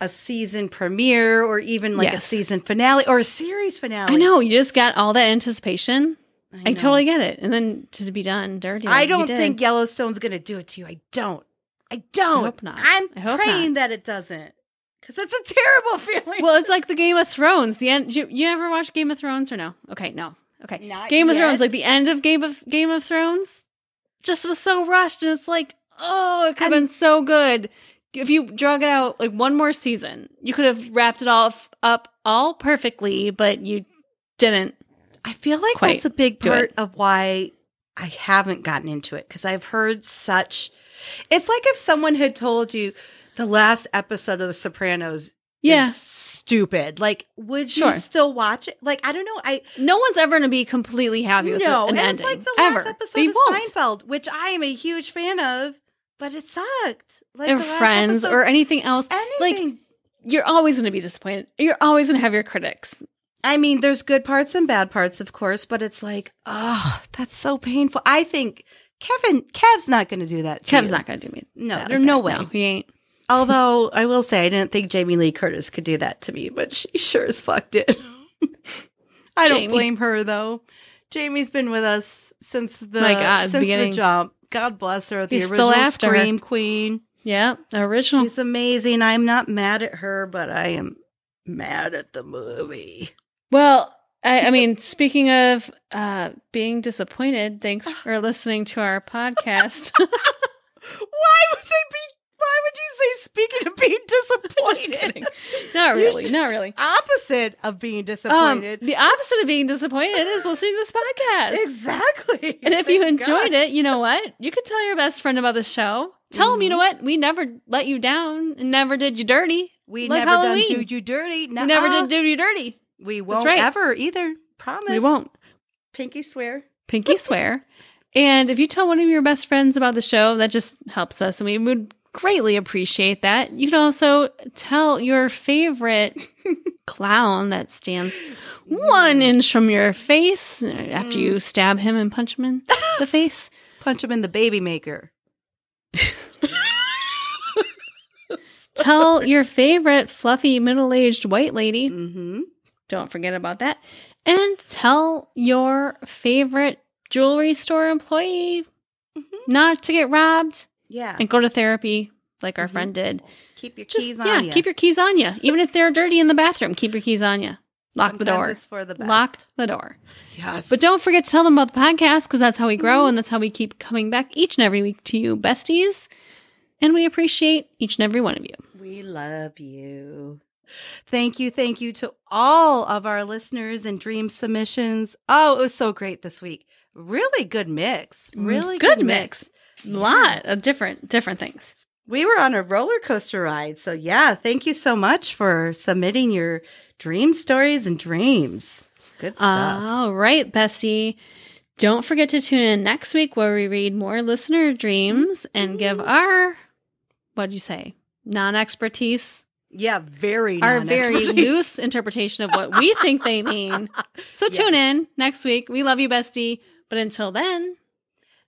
a season premiere or even like a
Yes.
season finale or a series finale.
I know you just got all that anticipation, I, totally get it. And then to be done dirty. like
I
you
don't
did.
think Yellowstone's going to do it to you. I don't. I don't.
hope not.
I'm
I hope
praying that it doesn't. Because that's a terrible feeling.
Well, it's like the Game of Thrones. The end. You, you ever watch Game of Thrones or no? Okay, no. Okay,
Not
Game of
yet.
Thrones. Like the end of Game of Game of Thrones, just was so rushed, and it's like, oh, it could have been so good if you drug it out like one more season. You could have wrapped it all f- up all perfectly, but you didn't.
I feel like
Quite
that's a big
do
part
it.
of why I haven't gotten into it because I've heard such. It's like if someone had told you the last episode of The Sopranos
Yeah,
is stupid. Like, would
Sure.
you still watch it? Like, I don't know. I
no one's ever gonna be completely happy with
no,
an
and
ending
it's like the last
ever.
episode
they
of
won't.
Seinfeld, which I am a huge fan of, but it sucked. Like
or
the last
friends or
episode-
anything else.
anything.
You're always going to be disappointed. You're always going to have your critics.
I mean, there's good parts and bad parts, of course, but it's like, oh, that's so painful. I think Kevin, Kev's not going to do that. To
Kev's
you.
not going to do me.
No,
that
there-
like
no
that.
way.
he ain't.
Although I will say, I didn't think Jamie Lee Curtis could do that to me, but she sure as fuck did. I don't
Jamie.
blame her though. Jamie's been with us since the
My God,
since
beginning.
the jump. God bless her. The
He's still
original
after her. Oh.
Scream Queen.
Yeah, the original.
She's amazing. I'm not mad at her, but I am mad at the movie.
Well, I, I mean, speaking of uh, being disappointed, thanks for listening to our podcast.
Why would they be? Why would you say speaking of being
Just
disappointed?
kidding. Not
You
really.
should-
Not really.
Opposite of being
Um,
disappointed.
the opposite of being disappointed is listening to this podcast.
exactly.
And if you
Thank
enjoyed
God.
it, you know what? You could tell your best friend about the show. Tell
Mm-hmm.
them, you know what? We never let you down and never did you dirty.
we
Like
never
Halloween.
done do you dirty.
We never
Nuh-uh.
did do you dirty.
We won't
right.
ever either. uh, Promise.
We won't.
Pinky swear.
pinky swear. And if you tell one of your best friends about the show, that just helps us, and we would greatly appreciate that. You can also tell your favorite clown that stands one inch from your face uh, after you stab him and punch him in the face.
Punch him in the baby maker.
Tell your favorite fluffy middle aged white lady.
Mm-hmm.
Don't forget about that. And tell your favorite jewelry store employee not to get robbed.
Yeah.
and go to therapy like our friend did.
keep your
Just
Mm-hmm. keys on
yeah,
you.
keep your keys on you. Even if they're dirty in the bathroom, keep your keys on you. Lock the
Sometimes
door.
It's for the best.
Lock the door.
Yes.
But don't forget to tell them about the podcast because that's how we grow
Mm-hmm.
and that's how we keep coming back each and every week to you, besties. And we appreciate each and every one of you.
We love you. Thank you. Thank you to all of our listeners and dream submissions. Oh, it was so great this week. Really good mix. Really
Mm, good mix. A lot of different different things.
We were on a roller coaster ride. So, yeah, thank you so much for submitting your dream stories and dreams. Good stuff.
All right, bestie. Don't forget to tune in next week where we read more listener dreams and give our what'd you say? Non expertise
yeah, very
our very
non-expertise.
loose interpretation of what we think they mean. So tune in next week. We love you, bestie. But until then,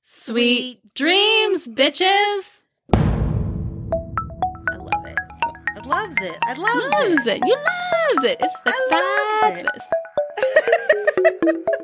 sweet dreams, bitches.
I love it. I loves it. I loves it.
Loves it. You loves it. It's the
I loves it.
fabulous.